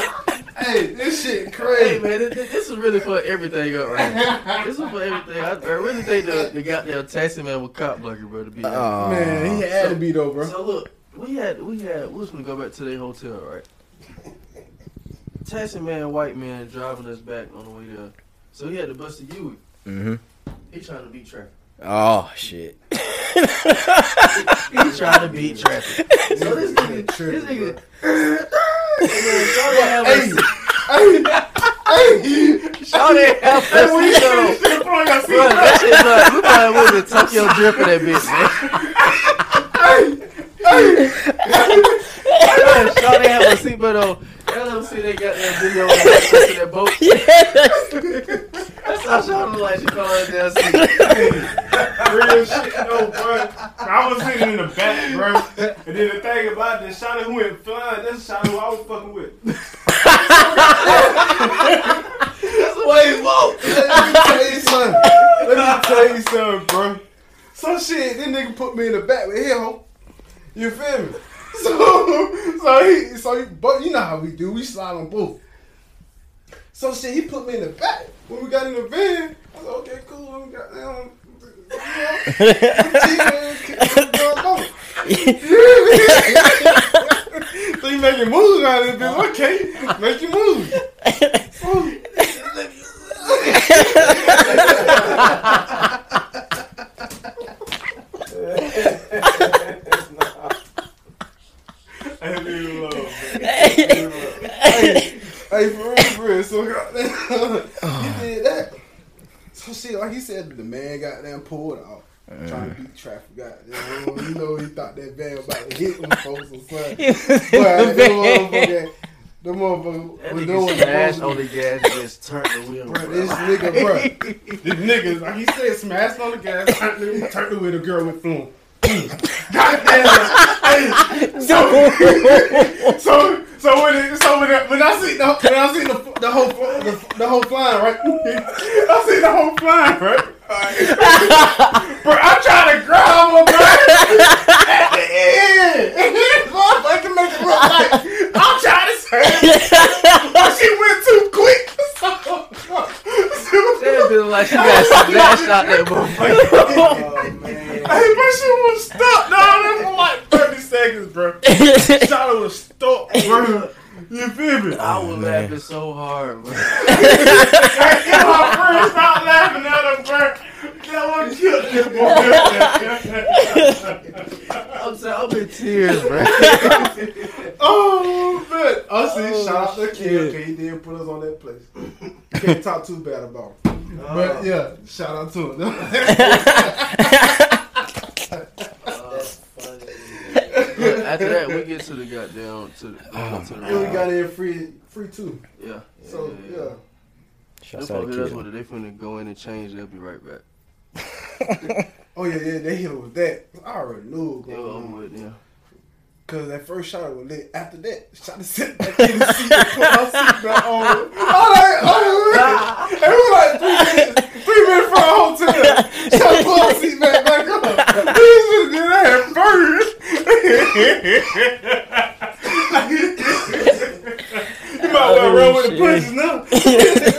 Speaker 4: Hey, this shit
Speaker 1: Hey
Speaker 4: crazy,
Speaker 1: man, this, this is really for everything up right now. This is for everything. I, I really think the, the goddamn taxi man was cop blocker, bro. To be honest.
Speaker 2: Aw.
Speaker 5: Um,
Speaker 4: Man, he had to be though, bro.
Speaker 1: So look, we had we had we was gonna go back to their hotel, right? Taxi man, white man driving us back on the way there. So he had to bust a Yui.
Speaker 2: Mhm.
Speaker 1: He trying to beat traffic.
Speaker 2: Oh shit.
Speaker 1: He trying to beat traffic. So this nigga, this nigga.
Speaker 4: Hey, hey, hey,
Speaker 1: Shout it out
Speaker 4: hey, when you
Speaker 1: Bro,
Speaker 4: finish shit from your seat,
Speaker 1: that shit like we probably would have Tokyo drift for that bitch, man. Hey, hey. Shout it out my um, seatbelt on. LMC, they got that video of that in that boat. That's how Sean like she calling down seat.
Speaker 4: real shit, though, bro. I was sitting in the back, bro. And then the thing about this, Shawty who went flying, that's Shawty who I was fucking with.
Speaker 1: That's the way he walk.
Speaker 4: Let me tell you something. Let me tell you something, bro. So shit, this nigga put me in the back with him. ho. You feel me? So, so he, so he, but you know how we do. We slide on both. So shit, he put me in the back when we got in the van. I was like, okay, cool. I'm goddamn. You know, so you making moves around this bitch? Okay, make your moves. Hey, leave it alone, bro. hey, hey, for real, for real. So, goddamn, he did that. So, shit, like he said, the man goddamn pulled out. Trying to beat traffic, goddamn. You know, he thought that van about to hit them folks or something. But the motherfucker, the motherfucker
Speaker 1: That
Speaker 4: was doing
Speaker 1: nigga
Speaker 4: the
Speaker 1: smashed
Speaker 4: most-
Speaker 1: on the gas and just turned the wheel.
Speaker 4: Bro,
Speaker 1: bro.
Speaker 4: this nigga, bro. This nigga, like he said, smashed on the gas, turned the- turned the with a girl with flume. Goddamn. So, so, so when, it, so when, it, when I see the, when I see the, the whole, the, the whole flying, right? I see the whole flying, right? bro, I'm trying to grab him, bro. At the end, and then motherfucker make it look like I'm trying to say, but she went too quick. So,
Speaker 1: That bitch like she got smashed out that motherfucker.
Speaker 5: Oh man.
Speaker 4: Hey, my shit was stuck, dog. That was like 30 seconds, bro. Shot was stuck, bro. You feel me?
Speaker 1: I was laughing so hard, bro.
Speaker 4: my friend stopped laughing at him, bro. That one killed this boy.
Speaker 1: I'm, so, I'm in tears, bro.
Speaker 4: oh, man. I see, shout out to Kim. Okay, he did put us on that place. Can't talk too bad about him. But yeah, shout out to him.
Speaker 1: After that, we get to the goddamn to the, to the
Speaker 4: and Oh, we got in free, free too.
Speaker 1: yeah.
Speaker 4: So, yeah.
Speaker 1: That's
Speaker 2: Shots out
Speaker 1: probably
Speaker 2: of
Speaker 1: that's
Speaker 2: Q.
Speaker 1: what they finna go in and change. They'll be right back.
Speaker 4: Oh, yeah, yeah, they hit him with that. I already knew. it was
Speaker 1: They
Speaker 4: going
Speaker 1: were over
Speaker 4: on.
Speaker 1: with, yeah.
Speaker 4: Cause that first shot was lit. After that, shot to sit back in the seat and put my seatbelt on. I'm like, oh, and we like three minutes, three minutes from the hotel. Shot put my seatbelt back on. We just did that first. you might well roll with the
Speaker 2: Oh, shit.
Speaker 4: punches now.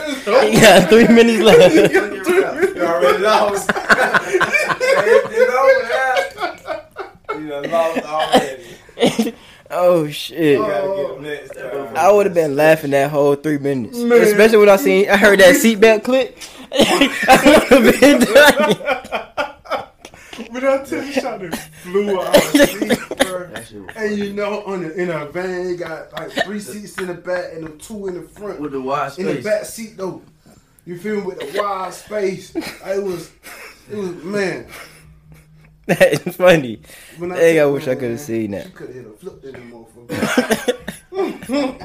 Speaker 4: Oh,
Speaker 2: You got three minutes left.
Speaker 5: You already lost. Everything over there. You done lost already.
Speaker 2: oh shit.
Speaker 5: You gotta get them next time.
Speaker 2: I would have been laughing that whole three minutes,
Speaker 4: Man.
Speaker 2: especially when I seen I heard that seatbelt click. I would have been dying.
Speaker 4: But I tell you, shot it flew out of the seat, bro.
Speaker 1: That shit was
Speaker 4: And
Speaker 1: funny.
Speaker 4: you know, on the, in a van, you got like three seats in the back and them two in the front.
Speaker 1: with the wide
Speaker 4: in the
Speaker 1: space.
Speaker 4: back seat though. You feel me? With the wide space, it was, it was man.
Speaker 2: That is funny.
Speaker 4: When
Speaker 2: Dang, I
Speaker 4: tell you,
Speaker 2: wish I coulda
Speaker 4: man,
Speaker 2: seen that.
Speaker 4: She could have hit a flip in the motherfucker.
Speaker 5: Bro,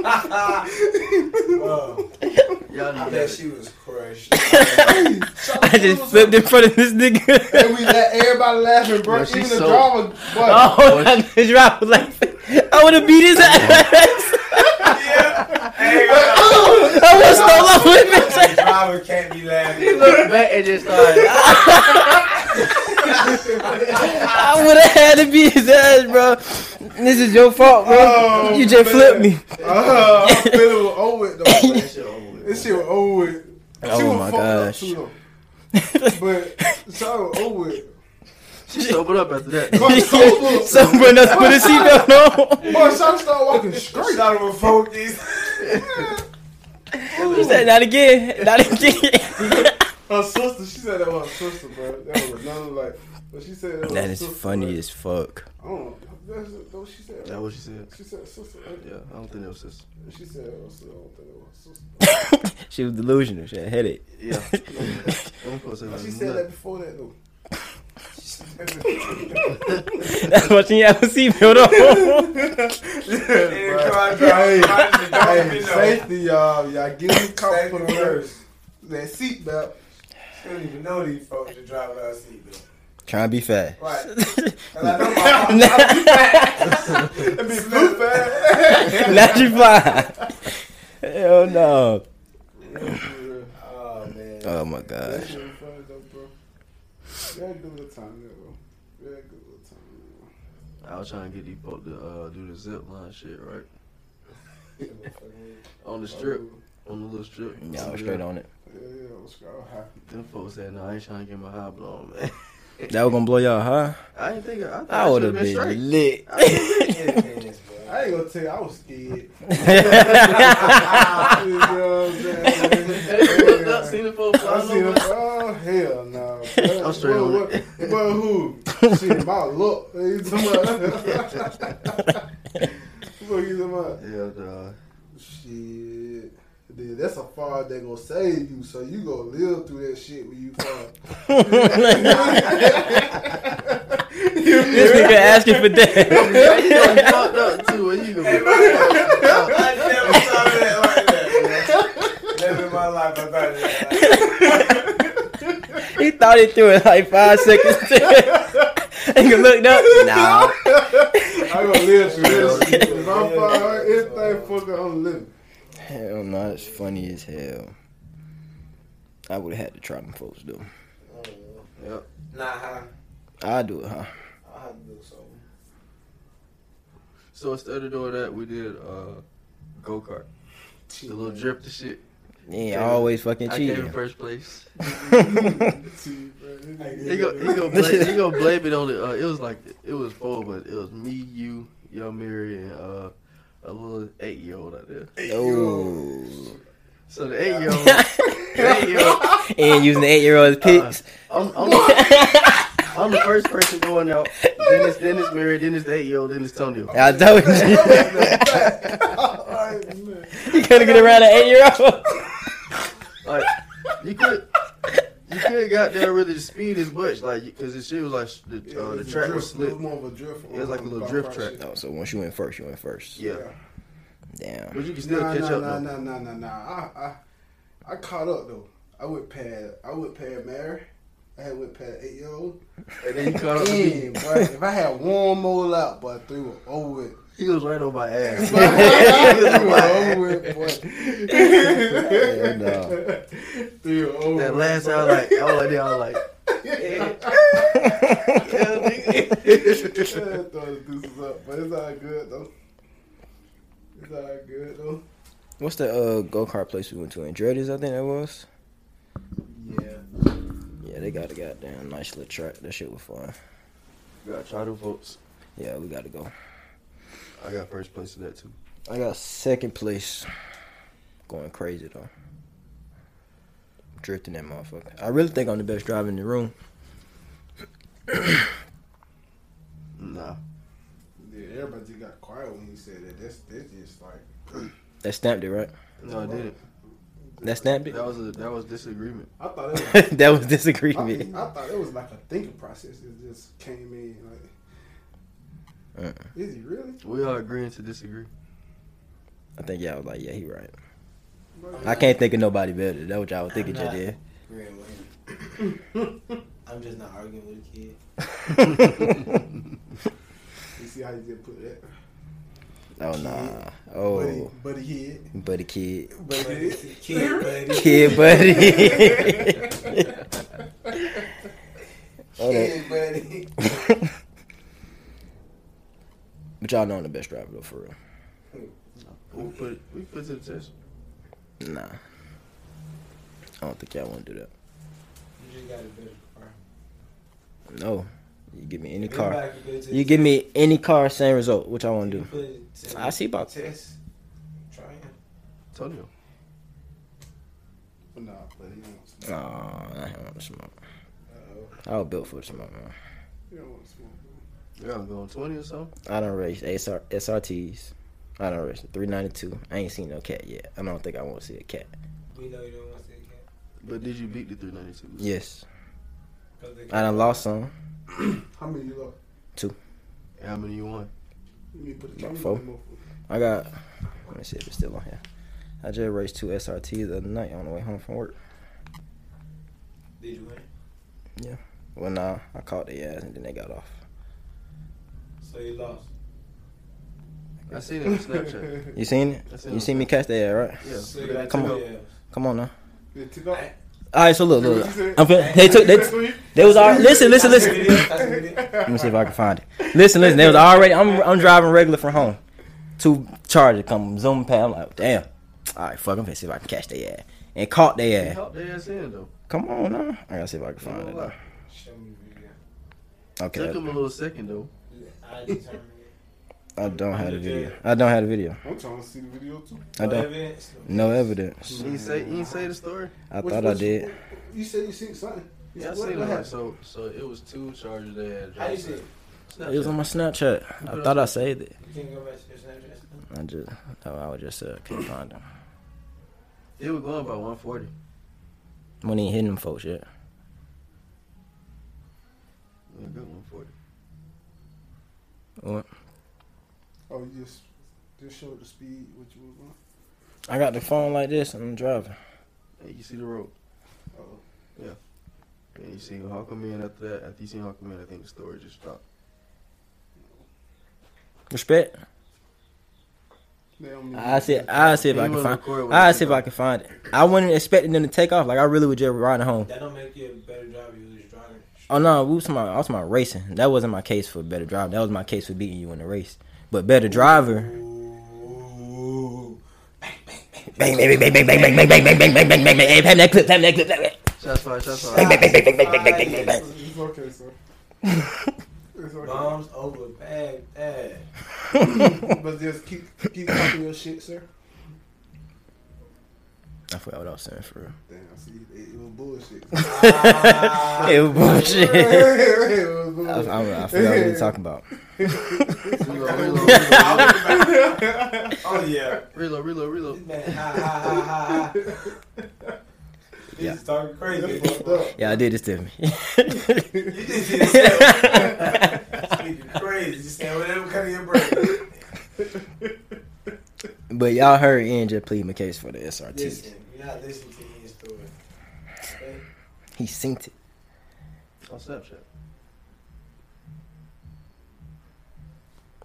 Speaker 1: Y'all
Speaker 5: I
Speaker 1: know
Speaker 4: Uh,
Speaker 5: bet
Speaker 1: that.
Speaker 5: she was crush.
Speaker 2: I just flipped in front of this nigga.
Speaker 4: And we let everybody laughing, bro.
Speaker 1: Bro, she
Speaker 4: Even the
Speaker 1: so-
Speaker 4: drama, boy.
Speaker 2: Oh, I just dropped like I would have beat his ass.
Speaker 5: Hey, bro,
Speaker 2: I was so low with
Speaker 5: the driver can't be laughing.
Speaker 1: Look back and just started.
Speaker 2: I would have had to beat his ass, bro. This is your fault, bro.
Speaker 4: Oh,
Speaker 2: you just
Speaker 4: man.
Speaker 2: flipped me.
Speaker 4: Uh, I feel it was over with, though. man.
Speaker 1: That shit over with.
Speaker 4: This shit was over with. She
Speaker 2: Oh,
Speaker 4: was
Speaker 2: my
Speaker 4: fucked up,
Speaker 2: gosh.
Speaker 4: too, though. But, so, over with.
Speaker 1: She sobered up after that.
Speaker 4: Bro, so, so,
Speaker 2: Someone else put a seatbelt on.
Speaker 4: boy, Shawty started walking straight.
Speaker 5: Shot him with focus.
Speaker 2: You said not again, not again.
Speaker 4: Her sister, she said that was her sister, bro. That was another like. But she said that, was
Speaker 2: That
Speaker 4: her
Speaker 2: is
Speaker 4: sister,
Speaker 2: funny
Speaker 4: Bro.
Speaker 2: as fuck.
Speaker 4: I don't know. That's that's what she said.
Speaker 1: That's what she said.
Speaker 4: She said sister. right?
Speaker 1: Yeah, I don't think that was sister.
Speaker 4: She said that was- I don't think it was sister.
Speaker 2: she was delusional. She had a headache.
Speaker 1: Yeah. I'm supposed to
Speaker 4: But
Speaker 1: say
Speaker 4: she said that
Speaker 1: nothing.
Speaker 4: before that though.
Speaker 2: That's why she had a seatbelt on.
Speaker 5: Yeah, come on, bro.
Speaker 4: Hey,
Speaker 5: Hey,
Speaker 4: hey, safety, y'all. Y'all give me cops for the worst. That seatbelt.
Speaker 5: I don't even know these folks that drive without a seatbelt.
Speaker 2: Trying to be fast.
Speaker 5: Right. And I know my
Speaker 4: That be blue bag.
Speaker 2: Not you fly. Hell no.
Speaker 5: Oh, man.
Speaker 2: Oh my gosh.
Speaker 4: That shit was funny though, bro. We had a good little time there, bro. We had a good little time
Speaker 1: I
Speaker 4: there,
Speaker 1: was trying to get these folks to uh, do the zip line shit, right? On the
Speaker 4: bro.
Speaker 1: strip. On the little strip.
Speaker 2: Yeah, I was straight on it.
Speaker 4: Yeah, yeah, I was, I was happy.
Speaker 1: Them folks said, no, I ain't trying to get my high blown, man.
Speaker 2: That was gonna blow y'all, huh?
Speaker 1: I ain't think I, thought
Speaker 2: I
Speaker 1: I
Speaker 2: would
Speaker 1: should
Speaker 2: have
Speaker 1: have been straight.
Speaker 2: been lit.
Speaker 4: I ain't gonna tell you, I was scared.
Speaker 2: That's
Speaker 4: You know what I'm saying?
Speaker 1: I seen the folks
Speaker 4: I
Speaker 1: flying
Speaker 4: seen him.
Speaker 1: over.
Speaker 4: Oh hell no!
Speaker 1: I'm straight
Speaker 4: Well,
Speaker 1: on
Speaker 4: well,
Speaker 1: it.
Speaker 4: well, who? Shit, my look. You talking about? What you talking about?
Speaker 1: Yeah, dog.
Speaker 4: Shit. Dude, that's a far they gonna save you, so you gonna live through that shit when you fall.
Speaker 2: this nigga asking for
Speaker 1: You done
Speaker 2: that.
Speaker 1: fucked up too. Where you gonna be?
Speaker 5: I never thought of that like that. man. Never in my life I thought of that. Like, that.
Speaker 2: he thought it through in like five seconds. Nigga looked up. Nah.
Speaker 4: I gonna live through that shit. If I fall, everything fucking I'm living.
Speaker 2: Hell no, that's funny as hell. I would have had to try them folks though.
Speaker 5: Nah, huh?
Speaker 2: I do it, huh?
Speaker 5: I have to do something.
Speaker 1: So instead of doing that, we did uh, go kart. The little drip, the shit.
Speaker 2: Yeah, always fucking
Speaker 1: I came in
Speaker 2: cheating.
Speaker 1: first place.
Speaker 4: See, bro, this nigga-
Speaker 1: He go, he go, blame, he go blame it on it. Uh, it was like it was four, but it was me, you, young Mary, and uh, a little eight year old out there.
Speaker 2: Oh,
Speaker 1: So the eight year old, eight year old,
Speaker 2: and using the eight-year-old's pics.
Speaker 1: I'm, I'm, the, I'm the first person going out. Then it's then it's Mary, then it's the eight year old, then it's Tony.
Speaker 2: I told you,
Speaker 4: Alright, man.
Speaker 2: you couldn't get around an eight-year-old.
Speaker 1: Like you could. You could got there really to speed as much, like because the shit was like sh- the, uh, the track was
Speaker 4: It
Speaker 1: slick.
Speaker 4: was more of a drift.
Speaker 1: It was like a little drift track.
Speaker 2: Oh, so once you went first, you went first.
Speaker 1: Yeah,
Speaker 2: Damn.
Speaker 1: but you can still
Speaker 4: nah,
Speaker 1: catch
Speaker 4: nah,
Speaker 1: up.
Speaker 4: Nah,
Speaker 1: though.
Speaker 4: nah, nah, nah, nah. I, I, I caught up though. I went past. I went past Mary. I had went past eight year old.
Speaker 1: And then you caught up. to me.
Speaker 4: Damn, boy. If I had one more lap, boy, three were over it.
Speaker 1: He was right on my ass.
Speaker 4: Three were over it,
Speaker 2: Hell
Speaker 4: boy.
Speaker 2: no.
Speaker 4: Three were over
Speaker 1: That
Speaker 4: it.
Speaker 1: last time, like, I was like, there, I was like,
Speaker 4: I thought this was up, but it's all good though. It's all good though.
Speaker 2: What's the uh, go kart place we went to? Andretti's, I think that was.
Speaker 4: Yeah.
Speaker 2: Yeah, they got a goddamn nice little track. That shit was fun.
Speaker 1: got try to votes.
Speaker 2: Yeah, we gotta go.
Speaker 1: I got first place in that too.
Speaker 2: I got second place. Going crazy though. Drifting that motherfucker. I really think I'm the best driver in the room.
Speaker 1: Nah,
Speaker 4: Yeah, everybody just got quiet when he said that. That's that's just like
Speaker 2: That stamped it, right?
Speaker 1: no, I didn't.
Speaker 2: That stamped it.
Speaker 1: That was a that was disagreement.
Speaker 4: I thought it was
Speaker 2: that was
Speaker 4: I,
Speaker 2: disagreement.
Speaker 4: I thought it was like a thinking process. It just came in like,
Speaker 2: Uh-uh.
Speaker 4: is he really?
Speaker 1: We are agreeing to disagree.
Speaker 2: I think y'all was like, yeah, he right. I can't think of nobody better. That's what y'all was thinking just did.
Speaker 5: Great way. I'm just not arguing with a kid.
Speaker 4: You see how you just put that?
Speaker 2: Oh nah. Oh,
Speaker 4: Buddy, buddy head.
Speaker 2: buddy kid,
Speaker 4: Buddy head.
Speaker 5: Kid, buddy.
Speaker 2: kid buddy. Oh, that-
Speaker 5: Kid, buddy.
Speaker 2: but y'all know I'm the best driver though, for real.
Speaker 1: We put we put to the test.
Speaker 2: Nah. I don't think y'all want to do
Speaker 5: You just got a better car.
Speaker 2: that. No. You give me any car.
Speaker 5: Everybody can go to the
Speaker 2: You give me any car, same result. What y'all want to do?
Speaker 5: Put it to
Speaker 2: I see about
Speaker 5: Test. Try it.
Speaker 1: Antonio.
Speaker 4: Nah, but he don't want to
Speaker 2: Aw,
Speaker 4: smoke.
Speaker 2: I don't want to smoke.
Speaker 5: Uh-oh.
Speaker 2: I was built for the smoke, man.
Speaker 4: He don't want to smoke.
Speaker 1: Yeah, I'm going twenty or something.
Speaker 2: I don't race ASR, SRTs. I don't race 392. I ain't seen no cat yet. I don't think I want to see a cat.
Speaker 5: We know you don't want to say cat.
Speaker 1: But did you beat the 392?
Speaker 2: Yes.
Speaker 5: 'Cause they-
Speaker 2: I done lost some.
Speaker 4: How many you got?
Speaker 1: How many you won?
Speaker 4: You need to put a
Speaker 2: About
Speaker 4: camera
Speaker 2: four.
Speaker 4: on him.
Speaker 2: I got, let me see if it's still on here. I just raced two SRTs the other night on the way home from work.
Speaker 5: Did you win?
Speaker 2: When I, I caught their ass and then they got off.
Speaker 5: So you lost.
Speaker 1: I seen it on Snapchat.
Speaker 2: You seen it?
Speaker 1: I seen it
Speaker 2: You
Speaker 1: on
Speaker 2: seen me catch their ass, right?
Speaker 1: Yeah.
Speaker 5: So you got
Speaker 2: Come
Speaker 5: two
Speaker 2: on.
Speaker 5: L's.
Speaker 2: Come on now.
Speaker 4: They took off.
Speaker 2: All right, so look,
Speaker 4: What
Speaker 2: look.
Speaker 4: you said?
Speaker 2: look. I'm fin- they took, they, t- they was all, listen, listen,
Speaker 5: That's what it
Speaker 2: listen.
Speaker 5: is. That's what it is.
Speaker 2: Let me see if I can find it. Listen, listen. They was already. I'm I'm driving regular from home. Two charger come zoom past. I'm like, damn. All right, fuck. I'm finna see if I can catch their ass and caught
Speaker 1: He
Speaker 2: their ass.
Speaker 1: helped their ass in though.
Speaker 2: Come on now. I gotta see if I can find it. Though.
Speaker 5: Show me the video.
Speaker 1: Took
Speaker 2: Okay.
Speaker 1: him a little second though.
Speaker 5: I determined it.
Speaker 2: I don't have the video. I don't have the video.
Speaker 4: I'm trying to see the video too.
Speaker 2: I
Speaker 5: No
Speaker 2: don't.
Speaker 5: evidence, no-
Speaker 2: No evidence.
Speaker 1: You ain't say you ain't say the story.
Speaker 2: I
Speaker 4: Which-
Speaker 2: thought I
Speaker 4: which-
Speaker 2: did.
Speaker 4: You said you seen something. You
Speaker 1: Yeah, I
Speaker 4: said, what-
Speaker 1: seen
Speaker 4: what
Speaker 1: it.
Speaker 4: happened?
Speaker 1: So so it was two charges they had.
Speaker 5: How you see it?
Speaker 2: It was on my Snapchat. I thought I saved it.
Speaker 5: You can't go back to your Snapchat. stuff?
Speaker 2: I just. I thought I would just uh, can't find them.
Speaker 1: They were going by 140.
Speaker 2: When he hitting them folks yet.
Speaker 1: Yeah, good 140.
Speaker 4: Oh, you just just showed the speed what you was on.
Speaker 2: I got the phone like this and I'm driving.
Speaker 1: Hey, you see the road.
Speaker 4: Oh,
Speaker 1: And you see Hawk come in after that. After you see Hawk come in, I think the story just stopped.
Speaker 2: Respect.
Speaker 4: they don't mean
Speaker 2: I see. I see if I
Speaker 1: He
Speaker 2: can
Speaker 1: wanna
Speaker 2: find.
Speaker 1: record when
Speaker 2: I
Speaker 1: he
Speaker 2: see if
Speaker 1: come
Speaker 2: I can find it. I wasn't expecting them to take off. Like I really was just riding home.
Speaker 5: That don't make you a better driver. You just driving.
Speaker 2: Oh no, we was talking about, I was talking about racing. That wasn't my case for better driver. That was my case for beating you in the race. But better driver.
Speaker 5: Ooh.
Speaker 2: Bang bang bang bang bang bang bang bang bang bang bang bang bang bang. Hey, Pat that clip. Pat that clip. Pat that clip.
Speaker 1: Shots fired. Shots
Speaker 2: Bang bang
Speaker 1: fired.
Speaker 2: bang bang bang bang bang bang bang bang.
Speaker 4: It's, it's okay, sir. it's okay.
Speaker 5: Bombs over Baghdad.
Speaker 4: but just keep keep talking your shit, sir.
Speaker 2: I forgot what I was saying for real.
Speaker 4: Damn, I see, it, it was bullshit.
Speaker 2: It was bullshit.
Speaker 4: it was
Speaker 2: I,
Speaker 4: bullshit.
Speaker 2: I, I forgot what we were talking about.
Speaker 1: Reload, reload,
Speaker 5: Oh yeah.
Speaker 1: reload, reload,
Speaker 5: This
Speaker 1: reload.
Speaker 5: man, ha ha ha ha. ha. This
Speaker 2: Yeah.
Speaker 5: is talking crazy.
Speaker 4: It's fucked up.
Speaker 2: Yeah, I did this to me.
Speaker 5: you just did yourself. Speaking crazy. Just saying whatever cut of your brain.
Speaker 2: But y'all heard Ian just plead my case for the SRT.
Speaker 5: Listen, you're not listening to any story. Okay?
Speaker 2: He synced it.
Speaker 1: On Snapchat.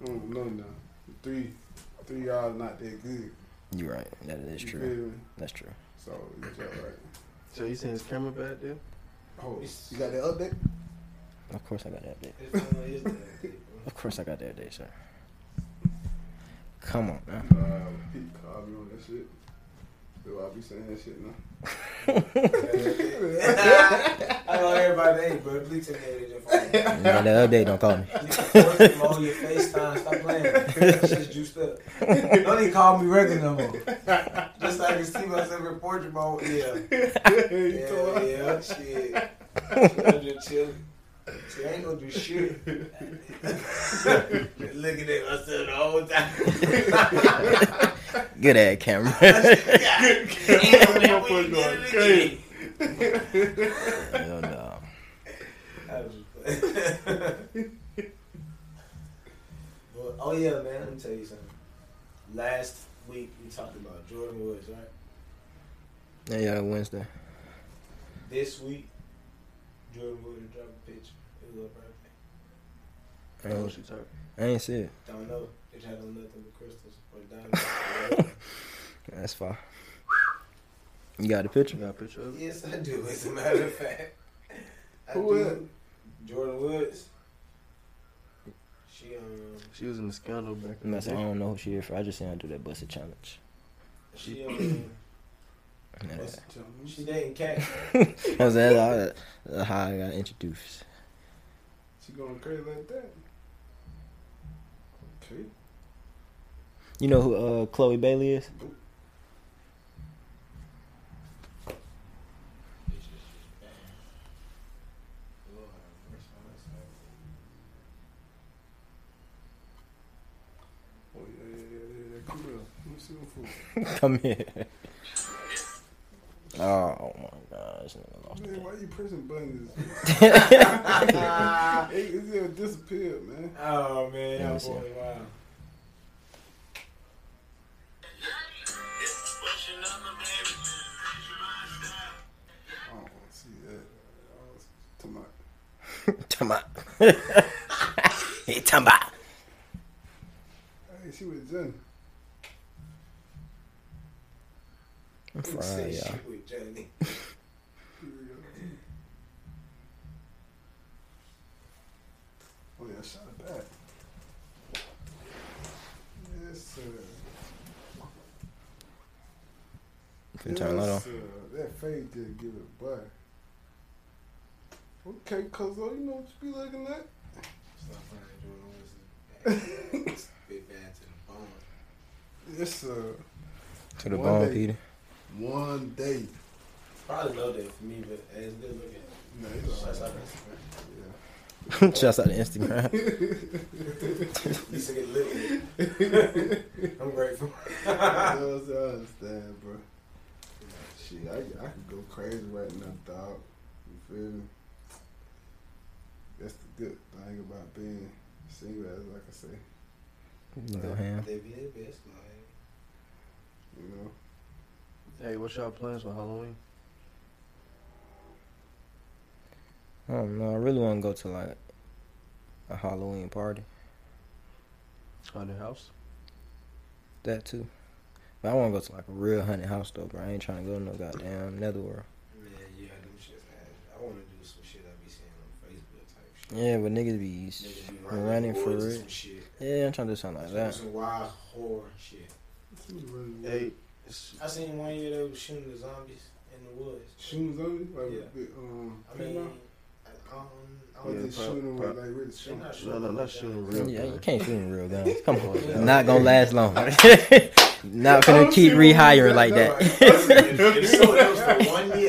Speaker 4: Oh, no, no. Three, three y'all not that good.
Speaker 2: You right. That is
Speaker 4: You
Speaker 2: true.
Speaker 4: feel me?
Speaker 2: That's true.
Speaker 4: So it's all right.
Speaker 1: So you seen his camera back there?
Speaker 4: Oh, you got that update?
Speaker 2: Of course I got that day.
Speaker 5: This one is the
Speaker 2: Of course I got that day, sir. Come on now.
Speaker 4: Nah, Pete called Uh, me on that shit. Do I be saying that shit now?
Speaker 5: I know everybody, hey, bro, please take that in your phone.
Speaker 2: You got that update, don't call me.
Speaker 5: You can force them on your FaceTime, stop playing. That Shit's juiced up. Don't even call me regular no more. Just so I can see myself in portrait mode. Yeah. Yeah, yeah, shit. I'm just chilling. See, I ain't gonna do shit. Just Looking at myself the whole time.
Speaker 2: Good ad camera.
Speaker 5: Damn, we did it again.
Speaker 2: Hell no.
Speaker 5: I was just playing. Well, oh yeah, man. Let me tell you something. Last week we talked about Jordan Woods, right?
Speaker 2: Yeah, yeah, Wednesday.
Speaker 5: This week, Jordan Wood dropped a picture. It was a birthday.
Speaker 2: I
Speaker 1: Oh,
Speaker 2: ain't,
Speaker 1: she tired.
Speaker 2: I ain't see it.
Speaker 5: Don't know. They tried on nothing but crystals or diamonds.
Speaker 2: That's fine. You got a picture?
Speaker 1: You got a picture of it?
Speaker 5: yes, I do. As a matter of fact, I
Speaker 4: Who
Speaker 5: do.
Speaker 4: is?
Speaker 5: Jordan Woods. She um.
Speaker 1: She was in the scandal back in
Speaker 2: I'm
Speaker 1: the
Speaker 2: not saying I
Speaker 1: day.
Speaker 2: don't know who she is for. I just seen her do that busted challenge.
Speaker 5: She um.
Speaker 2: And that-
Speaker 5: what's- she dating Cat.
Speaker 2: That was that. that- That's how I got introduced.
Speaker 4: She going crazy like that. Okay.
Speaker 2: You know who uh, Chloe Bailey is?
Speaker 4: Oh yeah, yeah, yeah, yeah, yeah. Come here. Let me see them food.
Speaker 2: Come here. Oh my god, this nigga lost
Speaker 4: Man,
Speaker 2: it.
Speaker 4: why you pressing buttons? it, it just disappeared, man.
Speaker 5: Oh man,
Speaker 2: Let me
Speaker 5: y'all
Speaker 2: see.
Speaker 5: boy, wow.
Speaker 4: I don't want to see that. I was to my
Speaker 2: Tama. hey, Tama.
Speaker 4: Hey, she was Jen.
Speaker 2: I'm frying,
Speaker 5: Say
Speaker 2: y'all.
Speaker 5: shit with Johnny.
Speaker 4: Here we go. Oh yeah, shot it back. Yes, sir.
Speaker 2: Can turn that
Speaker 4: yes,
Speaker 2: off.
Speaker 4: sir. That face just give it back. Okay, cuz oh, you know what you be looking at.
Speaker 5: Stop finding Jordan Woods. It's Big bad to the bone.
Speaker 4: Yes, sir.
Speaker 2: To the
Speaker 4: One
Speaker 2: bone,
Speaker 4: day.
Speaker 2: Peter.
Speaker 4: One day.
Speaker 5: Probably know that for me, but as good looking.
Speaker 4: No, it's all
Speaker 5: Shots
Speaker 2: Shouts out to
Speaker 4: right. Yeah.
Speaker 5: out Instagram.
Speaker 2: Instagram.
Speaker 5: Used to get lit. I'm grateful.
Speaker 4: I does understand, bro. Shit, I, I could go crazy right now, dog. You feel me? That's the good thing about being single, as like I say,
Speaker 2: You Go ham.
Speaker 5: They be their best, man.
Speaker 4: you know.
Speaker 1: Hey, what's y'all plans for Halloween?
Speaker 2: I don't know. I really want to go to like a Halloween party.
Speaker 1: Haunted house?
Speaker 2: That too. But I want to go to like a real haunted house though, bro. I ain't trying to go to no goddamn netherworld.
Speaker 5: Man, yeah, them shits ass. I want to do some shit I be seeing on Facebook type shit.
Speaker 2: Yeah, but niggas be
Speaker 5: Niggas
Speaker 2: s-
Speaker 5: be running,
Speaker 2: running
Speaker 5: in the
Speaker 2: for
Speaker 5: woods and
Speaker 2: it.
Speaker 5: Some shit.
Speaker 2: Yeah, I'm trying to do something like that.
Speaker 5: Some wild horror shit.
Speaker 4: She was running
Speaker 1: Hey, it's,
Speaker 5: I seen one year they was shooting the zombies in the woods.
Speaker 4: shoes on me, like
Speaker 5: Yeah.
Speaker 4: with big, um,
Speaker 5: I mean,
Speaker 4: paintball?
Speaker 5: I, I don't- I
Speaker 4: or
Speaker 5: don't
Speaker 1: Yeah,
Speaker 4: just
Speaker 1: prob-
Speaker 4: shooting with
Speaker 1: prob-
Speaker 4: like really
Speaker 5: They
Speaker 4: strong.
Speaker 5: not shooting
Speaker 1: no, no,
Speaker 5: like
Speaker 1: not
Speaker 5: that.
Speaker 1: shooting real
Speaker 2: Yeah, you
Speaker 1: guns.
Speaker 2: can't shoot in real guns. Come
Speaker 1: Yeah.
Speaker 2: on, not gonna last long. not gonna
Speaker 4: Don't
Speaker 2: keep
Speaker 4: shoot in real
Speaker 2: rehiring
Speaker 4: guns,
Speaker 2: like
Speaker 5: Listen,
Speaker 2: that.
Speaker 5: if- if so, it was for one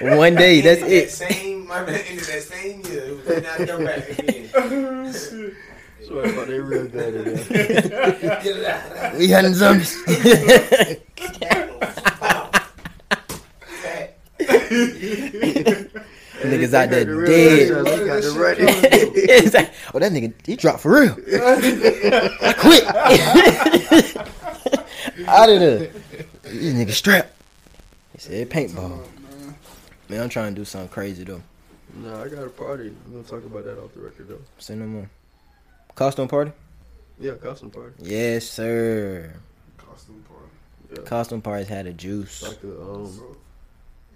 Speaker 5: year.
Speaker 2: One day, that's
Speaker 5: Ended that
Speaker 2: it.
Speaker 5: Same, my man ended that same year. It was did not come back again.
Speaker 1: Swear about they real good at that.
Speaker 5: Get it out.
Speaker 2: We hunting zombies.
Speaker 5: Fat.
Speaker 2: Niggas out
Speaker 1: They got the
Speaker 2: there
Speaker 1: real
Speaker 2: dead.
Speaker 1: gunshots, They got the right.
Speaker 2: It's like, oh, that nigga, he dropped for real. I quit. Out of there. This nigga strapped. He said paintball. Man, I'm trying to do something crazy though.
Speaker 1: No, I got a party. I'm gonna talk about that off the record though.
Speaker 2: Send them on. Costume party?
Speaker 1: Yeah, costume party.
Speaker 2: Yes, sir.
Speaker 4: Costume party.
Speaker 1: Yeah.
Speaker 2: Costume parties had a juice.
Speaker 1: Like a um,
Speaker 4: So,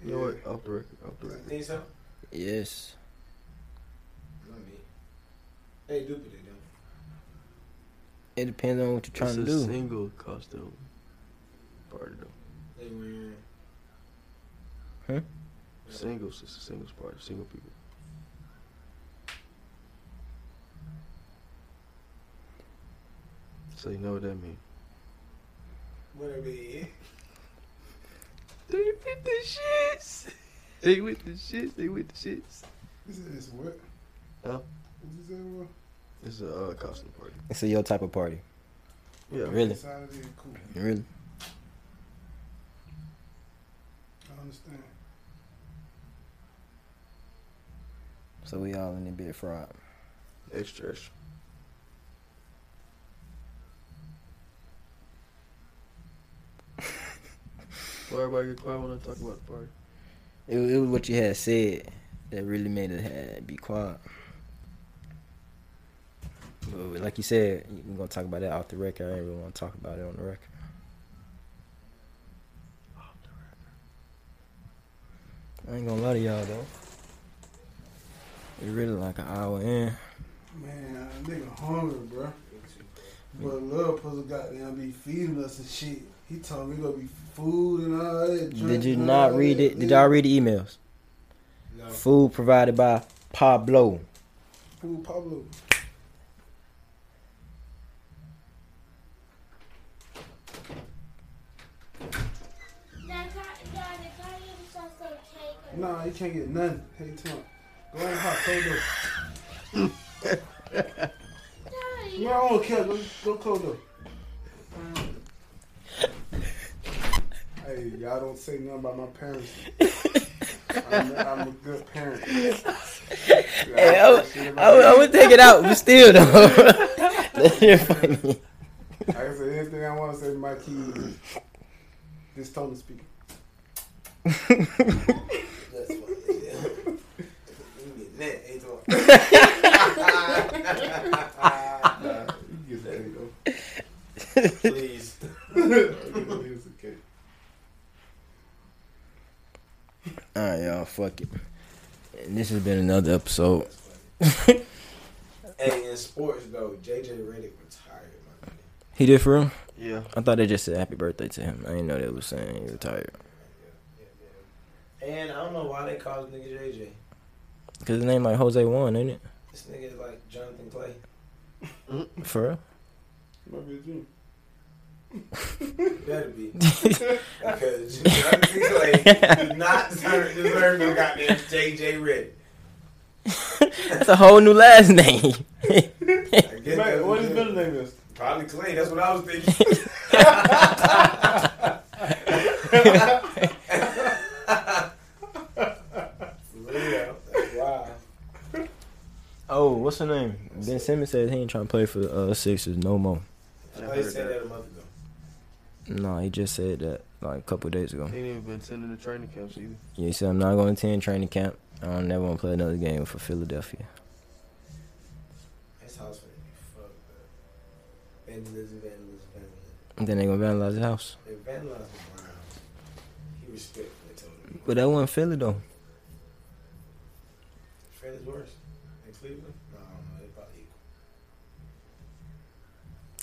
Speaker 1: you know what? Off the record. Off the record.
Speaker 5: Think so?
Speaker 2: Yes.
Speaker 5: Not me. They duped it, though.
Speaker 2: It depends on what you're trying to
Speaker 1: it's a
Speaker 2: do.
Speaker 1: single costume party though.
Speaker 5: They wearing.
Speaker 2: Huh?
Speaker 1: Singles. It's a singles party. Single people. So you know what that means.
Speaker 5: Whatever it is.
Speaker 1: They with the shits. They with the shits. They with the shits.
Speaker 4: This is what?
Speaker 1: Huh?
Speaker 4: What you say, bro?
Speaker 1: It's a uh, costume party.
Speaker 2: It's a your type of party.
Speaker 1: Yeah.
Speaker 2: Really?
Speaker 4: Saturday and cool.
Speaker 2: Really?
Speaker 4: I understand.
Speaker 2: So we all in the bit fraud.
Speaker 1: Extra. extra. So everybody get quiet when I talk about the party.
Speaker 2: It, was- it was what you had said that really made it had be quiet. But like you said, we're gonna talk about that off the record. I ain't really want to talk about it on the record. I ain't gonna lie to y'all though. It's really like an hour in.
Speaker 4: Man, nigga hungry, bro. But Lil supposed to goddamn be feeding us and shit. He told me gonna be food and all that.
Speaker 2: Did
Speaker 4: drink
Speaker 2: you
Speaker 4: and
Speaker 2: not
Speaker 4: all
Speaker 2: read
Speaker 4: that.
Speaker 2: it? Did y'all read the emails?
Speaker 4: No.
Speaker 2: Food provided by Pablo.
Speaker 4: Who Pablo?
Speaker 6: Now, can I- now, can I get some cake or-
Speaker 4: Nah, you can't get none. Hey, Tom. Go ahead and hot cold
Speaker 6: Daddy,
Speaker 4: though. No, I don't care. Go, go cold though. Hey, y'all don't say nothing about my parents. I'm, a- I'm a good parent.
Speaker 2: Hey, I, would- I, would- I would take it out, but still though. That shit funny.
Speaker 4: Like I said, anything I want to say to my kids, this tone is speaking.
Speaker 3: That's why. Get that, ain't no-
Speaker 4: Nah, you get that though.
Speaker 5: Please.
Speaker 4: it's okay.
Speaker 2: All right, y'all. Fuck it. And this has been another episode.
Speaker 5: Hey, in sports though, JJ Redick retired, my nigga.
Speaker 2: He did for real.
Speaker 1: Yeah.
Speaker 2: I thought they just said happy birthday to him. I didn't know they was saying he retired
Speaker 5: And I don't know why they call this nigga JJ.
Speaker 2: because his name like Jose Juan, ain't it?
Speaker 5: This nigga is like Jonathan Clay.
Speaker 2: For
Speaker 4: Might be a dream.
Speaker 5: Better be.
Speaker 2: real.
Speaker 5: Because Jonathan Clay did not deserve deserve no goddamn JJ Redick.
Speaker 2: That's a whole new last name.
Speaker 5: I guess that's
Speaker 4: Man, what his
Speaker 5: good.
Speaker 4: middle name is?
Speaker 5: Probably Clay. That's what I was thinking. yeah, wow.
Speaker 2: oh, what's her name? Ben Simmons said he ain't trying to play for the uh, Sixers no more.
Speaker 1: I
Speaker 5: Clay
Speaker 1: heard
Speaker 5: said
Speaker 1: that.
Speaker 5: that a month ago.
Speaker 2: No, he just said that like a couple days ago.
Speaker 1: He ain't even been sending the training camps either.
Speaker 2: Yeah, he said I'm not going to attend training camp. I don't never want to play another game for Philadelphia.
Speaker 5: His house finna be fucked up. Vandalism, vandalism, vandalism.
Speaker 2: And then they gonna vandalize his house.
Speaker 5: They vandalized the Browns. He respectfully told him.
Speaker 2: But that wasn't Philly though.
Speaker 5: Fred is worse. In Cleveland? No, I don't know. They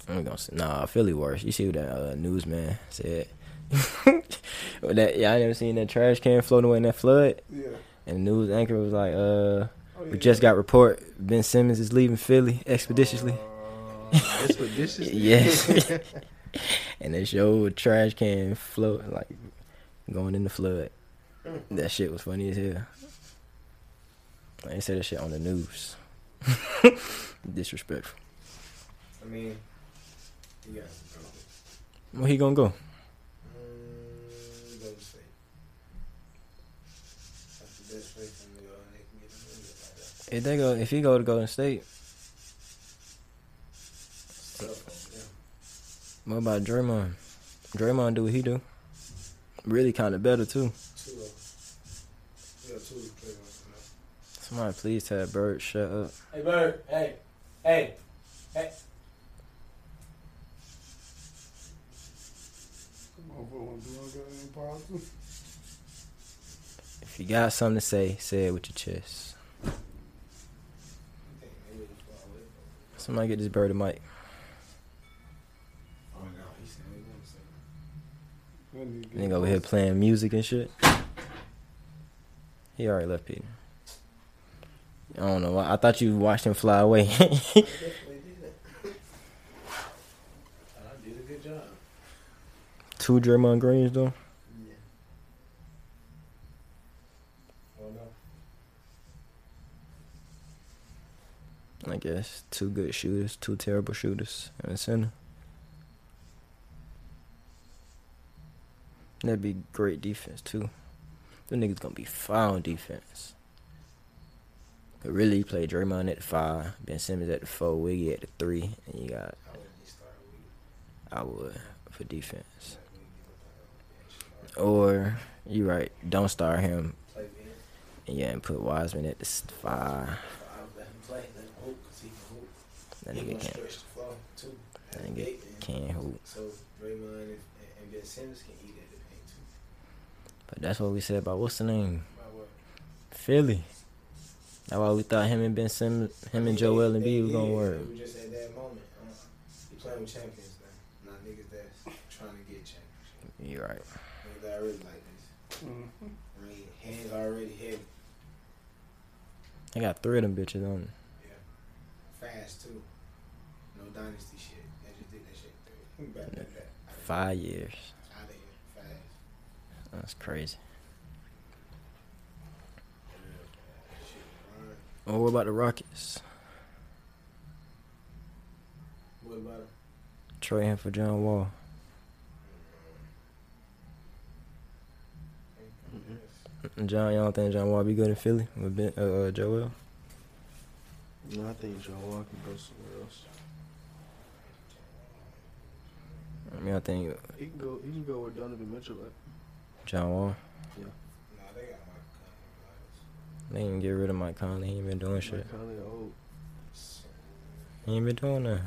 Speaker 5: probably equal.
Speaker 2: I'm gonna say, nah, Philly worse. You see what that uh, newsman said? With that y'all never seen that trash can floating away in that flood?
Speaker 4: Yeah.
Speaker 2: And the news anchor was like, uh,
Speaker 4: Oh,
Speaker 2: we just got report Ben Simmons is leaving Philly
Speaker 5: Oh.
Speaker 2: expeditiously.
Speaker 5: Uh,
Speaker 1: That's what this is.
Speaker 2: yes. and they showed a trash can float like going in the flood. That shit was funny as hell. Like, They said that shit on the news. Disrespectful.
Speaker 5: I mean, you got some problems.
Speaker 2: Where he gonna go?
Speaker 5: Mm, go to sleep. That's the best way for them to go, and they can get a movie like that.
Speaker 2: If they go, if he go to Golden State,
Speaker 5: It's tough on them.
Speaker 2: what about Draymond? Draymond do what he do. Really kind of better too.
Speaker 5: Two of them. Yeah, two of them play one for them.
Speaker 2: Somebody please tell Bird shut up.
Speaker 5: Hey, Bird. Hey. Hey.
Speaker 2: If you got something to say, say it with your chest.
Speaker 5: You think they really far away?
Speaker 2: Somebody get this bird a mic.
Speaker 5: Oh, no. He said they want to say
Speaker 2: Nigga over here playing music and shit. He already left Peter. I don't know. I I thought you watched him fly away.
Speaker 5: Definitely did it. And I did a good job.
Speaker 2: Two Draymond Greens though.
Speaker 5: Yeah. Oh no.
Speaker 2: I guess two good shooters, two terrible shooters in the center. That'd be great defense too. Them niggas gonna be fire on defense. But really, you play Draymond at the five, Ben Simmons at the four, Wiggy at the three, and you got
Speaker 5: I wouldn't even start with
Speaker 2: I would for defense.
Speaker 5: Oh.
Speaker 2: or you right, don't start him.
Speaker 5: Play mid.
Speaker 2: Yeah, and put Wiseman at the s- five.
Speaker 5: I would let him play. Let him hoop because he can hoop.
Speaker 2: That
Speaker 5: he
Speaker 2: nigga
Speaker 5: gonna
Speaker 2: can't,
Speaker 5: stretch the floor too.
Speaker 2: that
Speaker 5: At the
Speaker 2: nigga
Speaker 5: eight, man.
Speaker 2: can't hoop.
Speaker 5: So Draymond and, and Ben Simmons can eat at the paint too.
Speaker 2: But that's what we said about what's the name
Speaker 5: My word.
Speaker 2: Philly. That's why we thought him and Ben Simmons, him and Joel and B was gonna work.
Speaker 5: We just at that moment. Uh, you playing with champions now. Not niggas that's trying to get champions.
Speaker 2: You right.
Speaker 5: Niggas that already like this.
Speaker 4: Uh-huh.
Speaker 5: I mean, hands already heavy.
Speaker 2: I got three of them bitches on.
Speaker 5: Fast too. No dynasty shit. They just did that shit. Who Back, back, back.
Speaker 2: Five years.
Speaker 5: Out of here. Fast.
Speaker 2: That's crazy.
Speaker 5: For real. Shit. Alright.
Speaker 2: Oh, what about the Rockets?
Speaker 5: What about him?
Speaker 2: Trade him for John Wall. John, y'all don't think John Wall be good in Philly with ben, uh, uh, Joel?
Speaker 1: No, I think John Wall can go somewhere else.
Speaker 2: I mean, I think
Speaker 1: He can go. He can go where Donovan Mitchell at.
Speaker 2: John Wall.
Speaker 5: Nah, they got Michael
Speaker 2: They
Speaker 5: Conley.
Speaker 2: didn't get rid of Mike Conley. He ain't been doing shit.
Speaker 1: Mike Conley old.
Speaker 5: So,
Speaker 2: He ain't been doing nothing.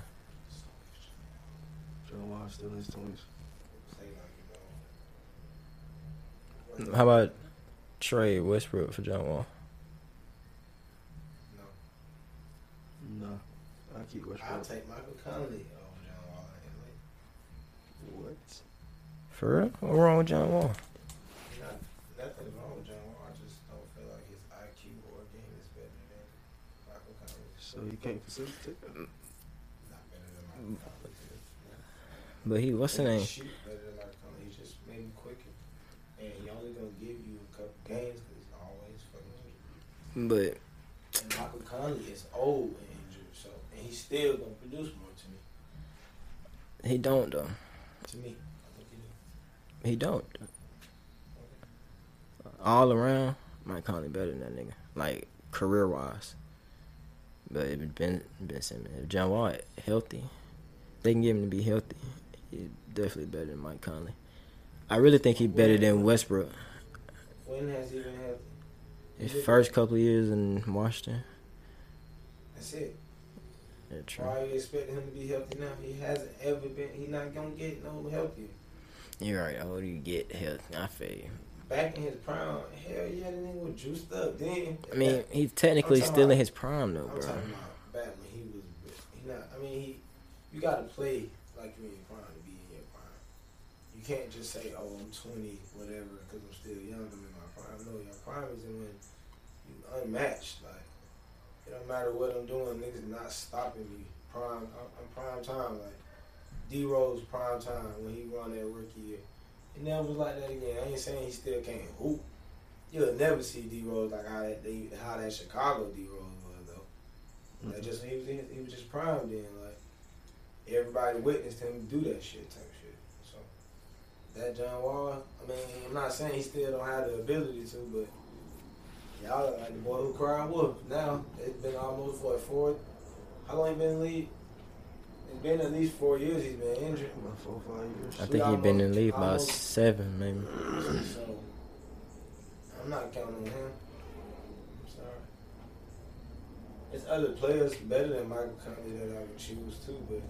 Speaker 1: John Wall still in his twenties.
Speaker 5: play like you know.
Speaker 2: How about trade Westbrook for John Wall?
Speaker 5: No.
Speaker 1: No, I keep
Speaker 5: I'll
Speaker 1: Westbrook.
Speaker 5: take Michael Conley over John Wall. Like,
Speaker 1: What?
Speaker 2: For real? What wrong with John Wall?
Speaker 5: not, nothing wrong with John Wall. I just don't feel like his IQ or game is better than Michael Conley.
Speaker 1: So he can't facilitate. that?
Speaker 5: Not better than Michael Conley.
Speaker 2: But he, Mm. what's the
Speaker 5: He can
Speaker 2: name?
Speaker 5: Shoot better than Michael Conley. He's just maybe quicker. And he only gonna give you a couple games because he's always fucking injured.
Speaker 2: But
Speaker 5: And Michael Conley is old and injured, so and he's still gonna produce more to me.
Speaker 2: he don't though.
Speaker 5: To me, I think he do.
Speaker 2: He don't. All around, Mike Conley better than that nigga. Like career wise. But if Ben Ben Simmons, if John Wall healthy, they can get him to be healthy. He definitely better than Mike Conley. I really think he better than Westbrook.
Speaker 5: When has he been healthy?
Speaker 2: His first couple of years in Washington.
Speaker 5: That's it.
Speaker 2: Yeah, true.
Speaker 5: Why are you expecting him to be healthy now? He hasn't ever been. He not gonna get no healthier.
Speaker 2: You're right. How do you get healthy? I feel you.
Speaker 5: Back in his prime, hell yeah, the nigga was juiced up then.
Speaker 2: I mean, he's technically
Speaker 5: I'm talking
Speaker 2: still in
Speaker 5: about-
Speaker 2: his prime
Speaker 5: I'm
Speaker 2: though,
Speaker 5: talking
Speaker 2: bro.
Speaker 5: about back when he was. He not. I mean, he. You gotta play like you're in your prime to be in your prime. You can't just say, "Oh, I'm 20, whatever," because I'm still young. I'm in my prime. No, your prime is when you unmatched. Like it don't matter what I'm doing, niggas not stopping me. Prime, I'm, I'm prime time. Like D Rose prime time when he won that rookie year. It never was like that again. I ain't saying he still can't hoop. You'll never see D Rose like how that they, how that Chicago D Rose was though. That just he was in- he was just prime then. Like everybody witnessed him do that shit type shit. So that John Wall, I mean, I'm not saying he still don't have the ability to, but. Y'all look like the boy who cried wolf. Now it's been almost what four? How long he been in the league? It's been at least four years he's been injured.
Speaker 1: About four, five years.
Speaker 2: I think he been in the league by seven, maybe.
Speaker 5: So I'm not counting on him. I'm sorry. There's other players better than Michael Conley that I would choose too, but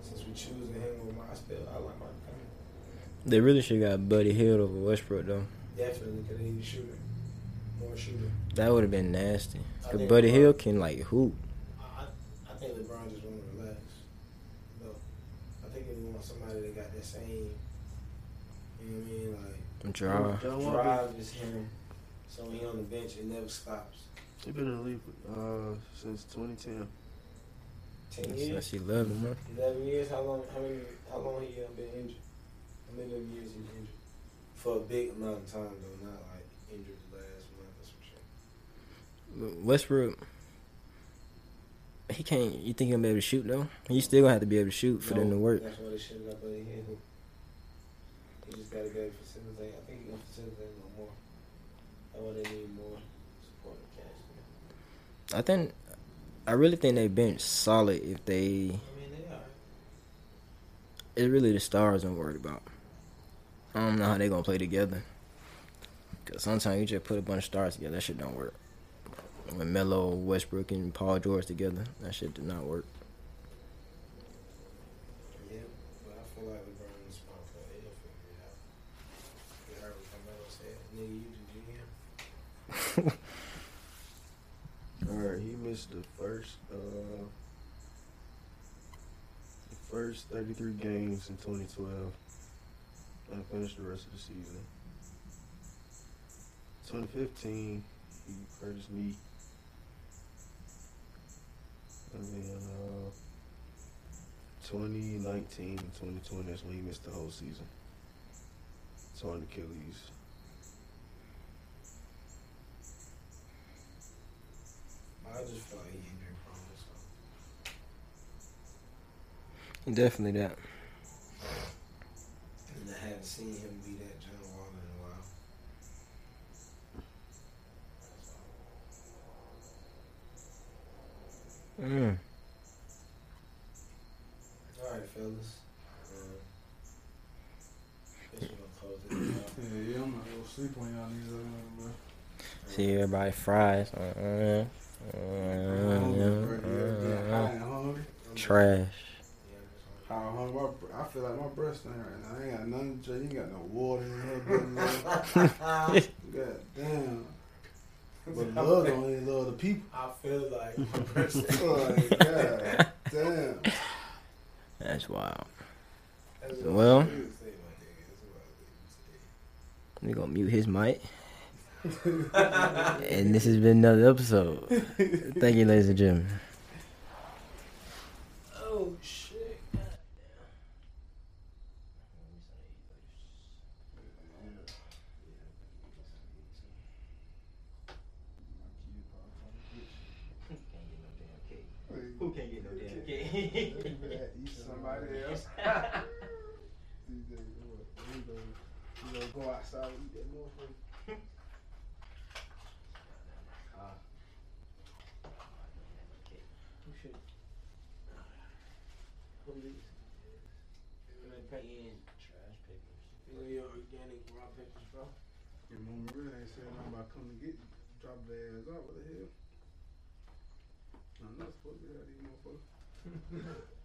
Speaker 5: since we choosing him over my still, I like Michael Conley.
Speaker 2: They really should got Buddy Hield over Westbrook though.
Speaker 5: Definitely because he's a shooter. More shooter.
Speaker 2: That would have been nasty.
Speaker 5: I
Speaker 2: Cause
Speaker 5: think
Speaker 2: Buddy
Speaker 5: LeBron-
Speaker 2: Hill can like hoop.
Speaker 5: I, I- I think LeBron just want to relax. No, I think he wants somebody that got that same, you know what I mean, like
Speaker 2: Draw.
Speaker 1: John Wall been-
Speaker 5: drive as him. So when he on the bench, it never stops.
Speaker 1: he been in the league uh, since 2010.
Speaker 5: Ten
Speaker 2: That's,
Speaker 5: years,
Speaker 2: that's eleven, huh?
Speaker 5: eleven years. How long? How many? How long he uh, been injured? How many of years he been injured? For a big amount of time though, not like injured last month or some shit.
Speaker 2: Westbrook. He can't. You think he'll be able to shoot though? You still gonna have to be able to shoot for them to
Speaker 5: No,
Speaker 2: work.
Speaker 5: That's why they should have got Buddy Hill. He just got to go to facilitate. I think he gonna facilitate no more. That's why they need more supporting cast. man.
Speaker 2: I think. I really think they bench solid if they.
Speaker 5: I mean, they are.
Speaker 2: It's really the stars I'm worried about. I don't know how they gonna play together. Cause sometimes you just put a bunch of stars together, that shit don't work. When Melo, Westbrook, and Paul George together, that shit did not work.
Speaker 5: Yeah, but I feel like LeBron's spot for it. He'll figure it out. You heard what Carmelo said? Nigga, you the GM.
Speaker 1: Alright, he missed the first uh the first thirty three games in twenty twelve. And finished the rest of the season. Twenty fifteen, he hurt his knee. And then uh 2019 and 2020, that's when he missed the whole season. Torn Achilles.
Speaker 5: I just feel like he injury prone. So.
Speaker 2: Definitely that.
Speaker 5: And I haven't seen him be that John Wall in a while.
Speaker 2: Mm.
Speaker 5: All right, fellas. Um, this one close it out.
Speaker 4: Yeah, I'm not gonna sleep on y'all niggas. out there, bro.
Speaker 2: See everybody fries. Uh, uh, uh,
Speaker 4: I'm
Speaker 2: uh,
Speaker 4: hungry, bro. Yeah, yeah,
Speaker 2: uh,
Speaker 4: I ain't hungry.
Speaker 5: I'm-
Speaker 2: trash.
Speaker 5: Yeah, I'm just hungry.
Speaker 4: How hungry? My, br- I feel like my breast thing right now. I ain't got nothing. to drink. You ain't got no water in here. nothing, man. God damn. But love don't ain't love the people.
Speaker 7: I feel like
Speaker 4: Like, God damn.
Speaker 2: That's wild.
Speaker 5: That's what
Speaker 2: Well.
Speaker 5: I was gonna say, my nigga. That's what I was gonna say.
Speaker 2: We gonna mute his mic. and this has been another episode. Thank you, ladies and gentlemen.
Speaker 7: oh shit.
Speaker 2: Who can't get no damn
Speaker 4: Somebody else. You gonna- you gonna go outside and eat that motherfucker.
Speaker 7: Your organic raw peppers, bro.
Speaker 4: Your mama really ain't saying nothing about coming to get you. Drop their ass off. What the hell? I'm not supposed to get out of these motherfuckers.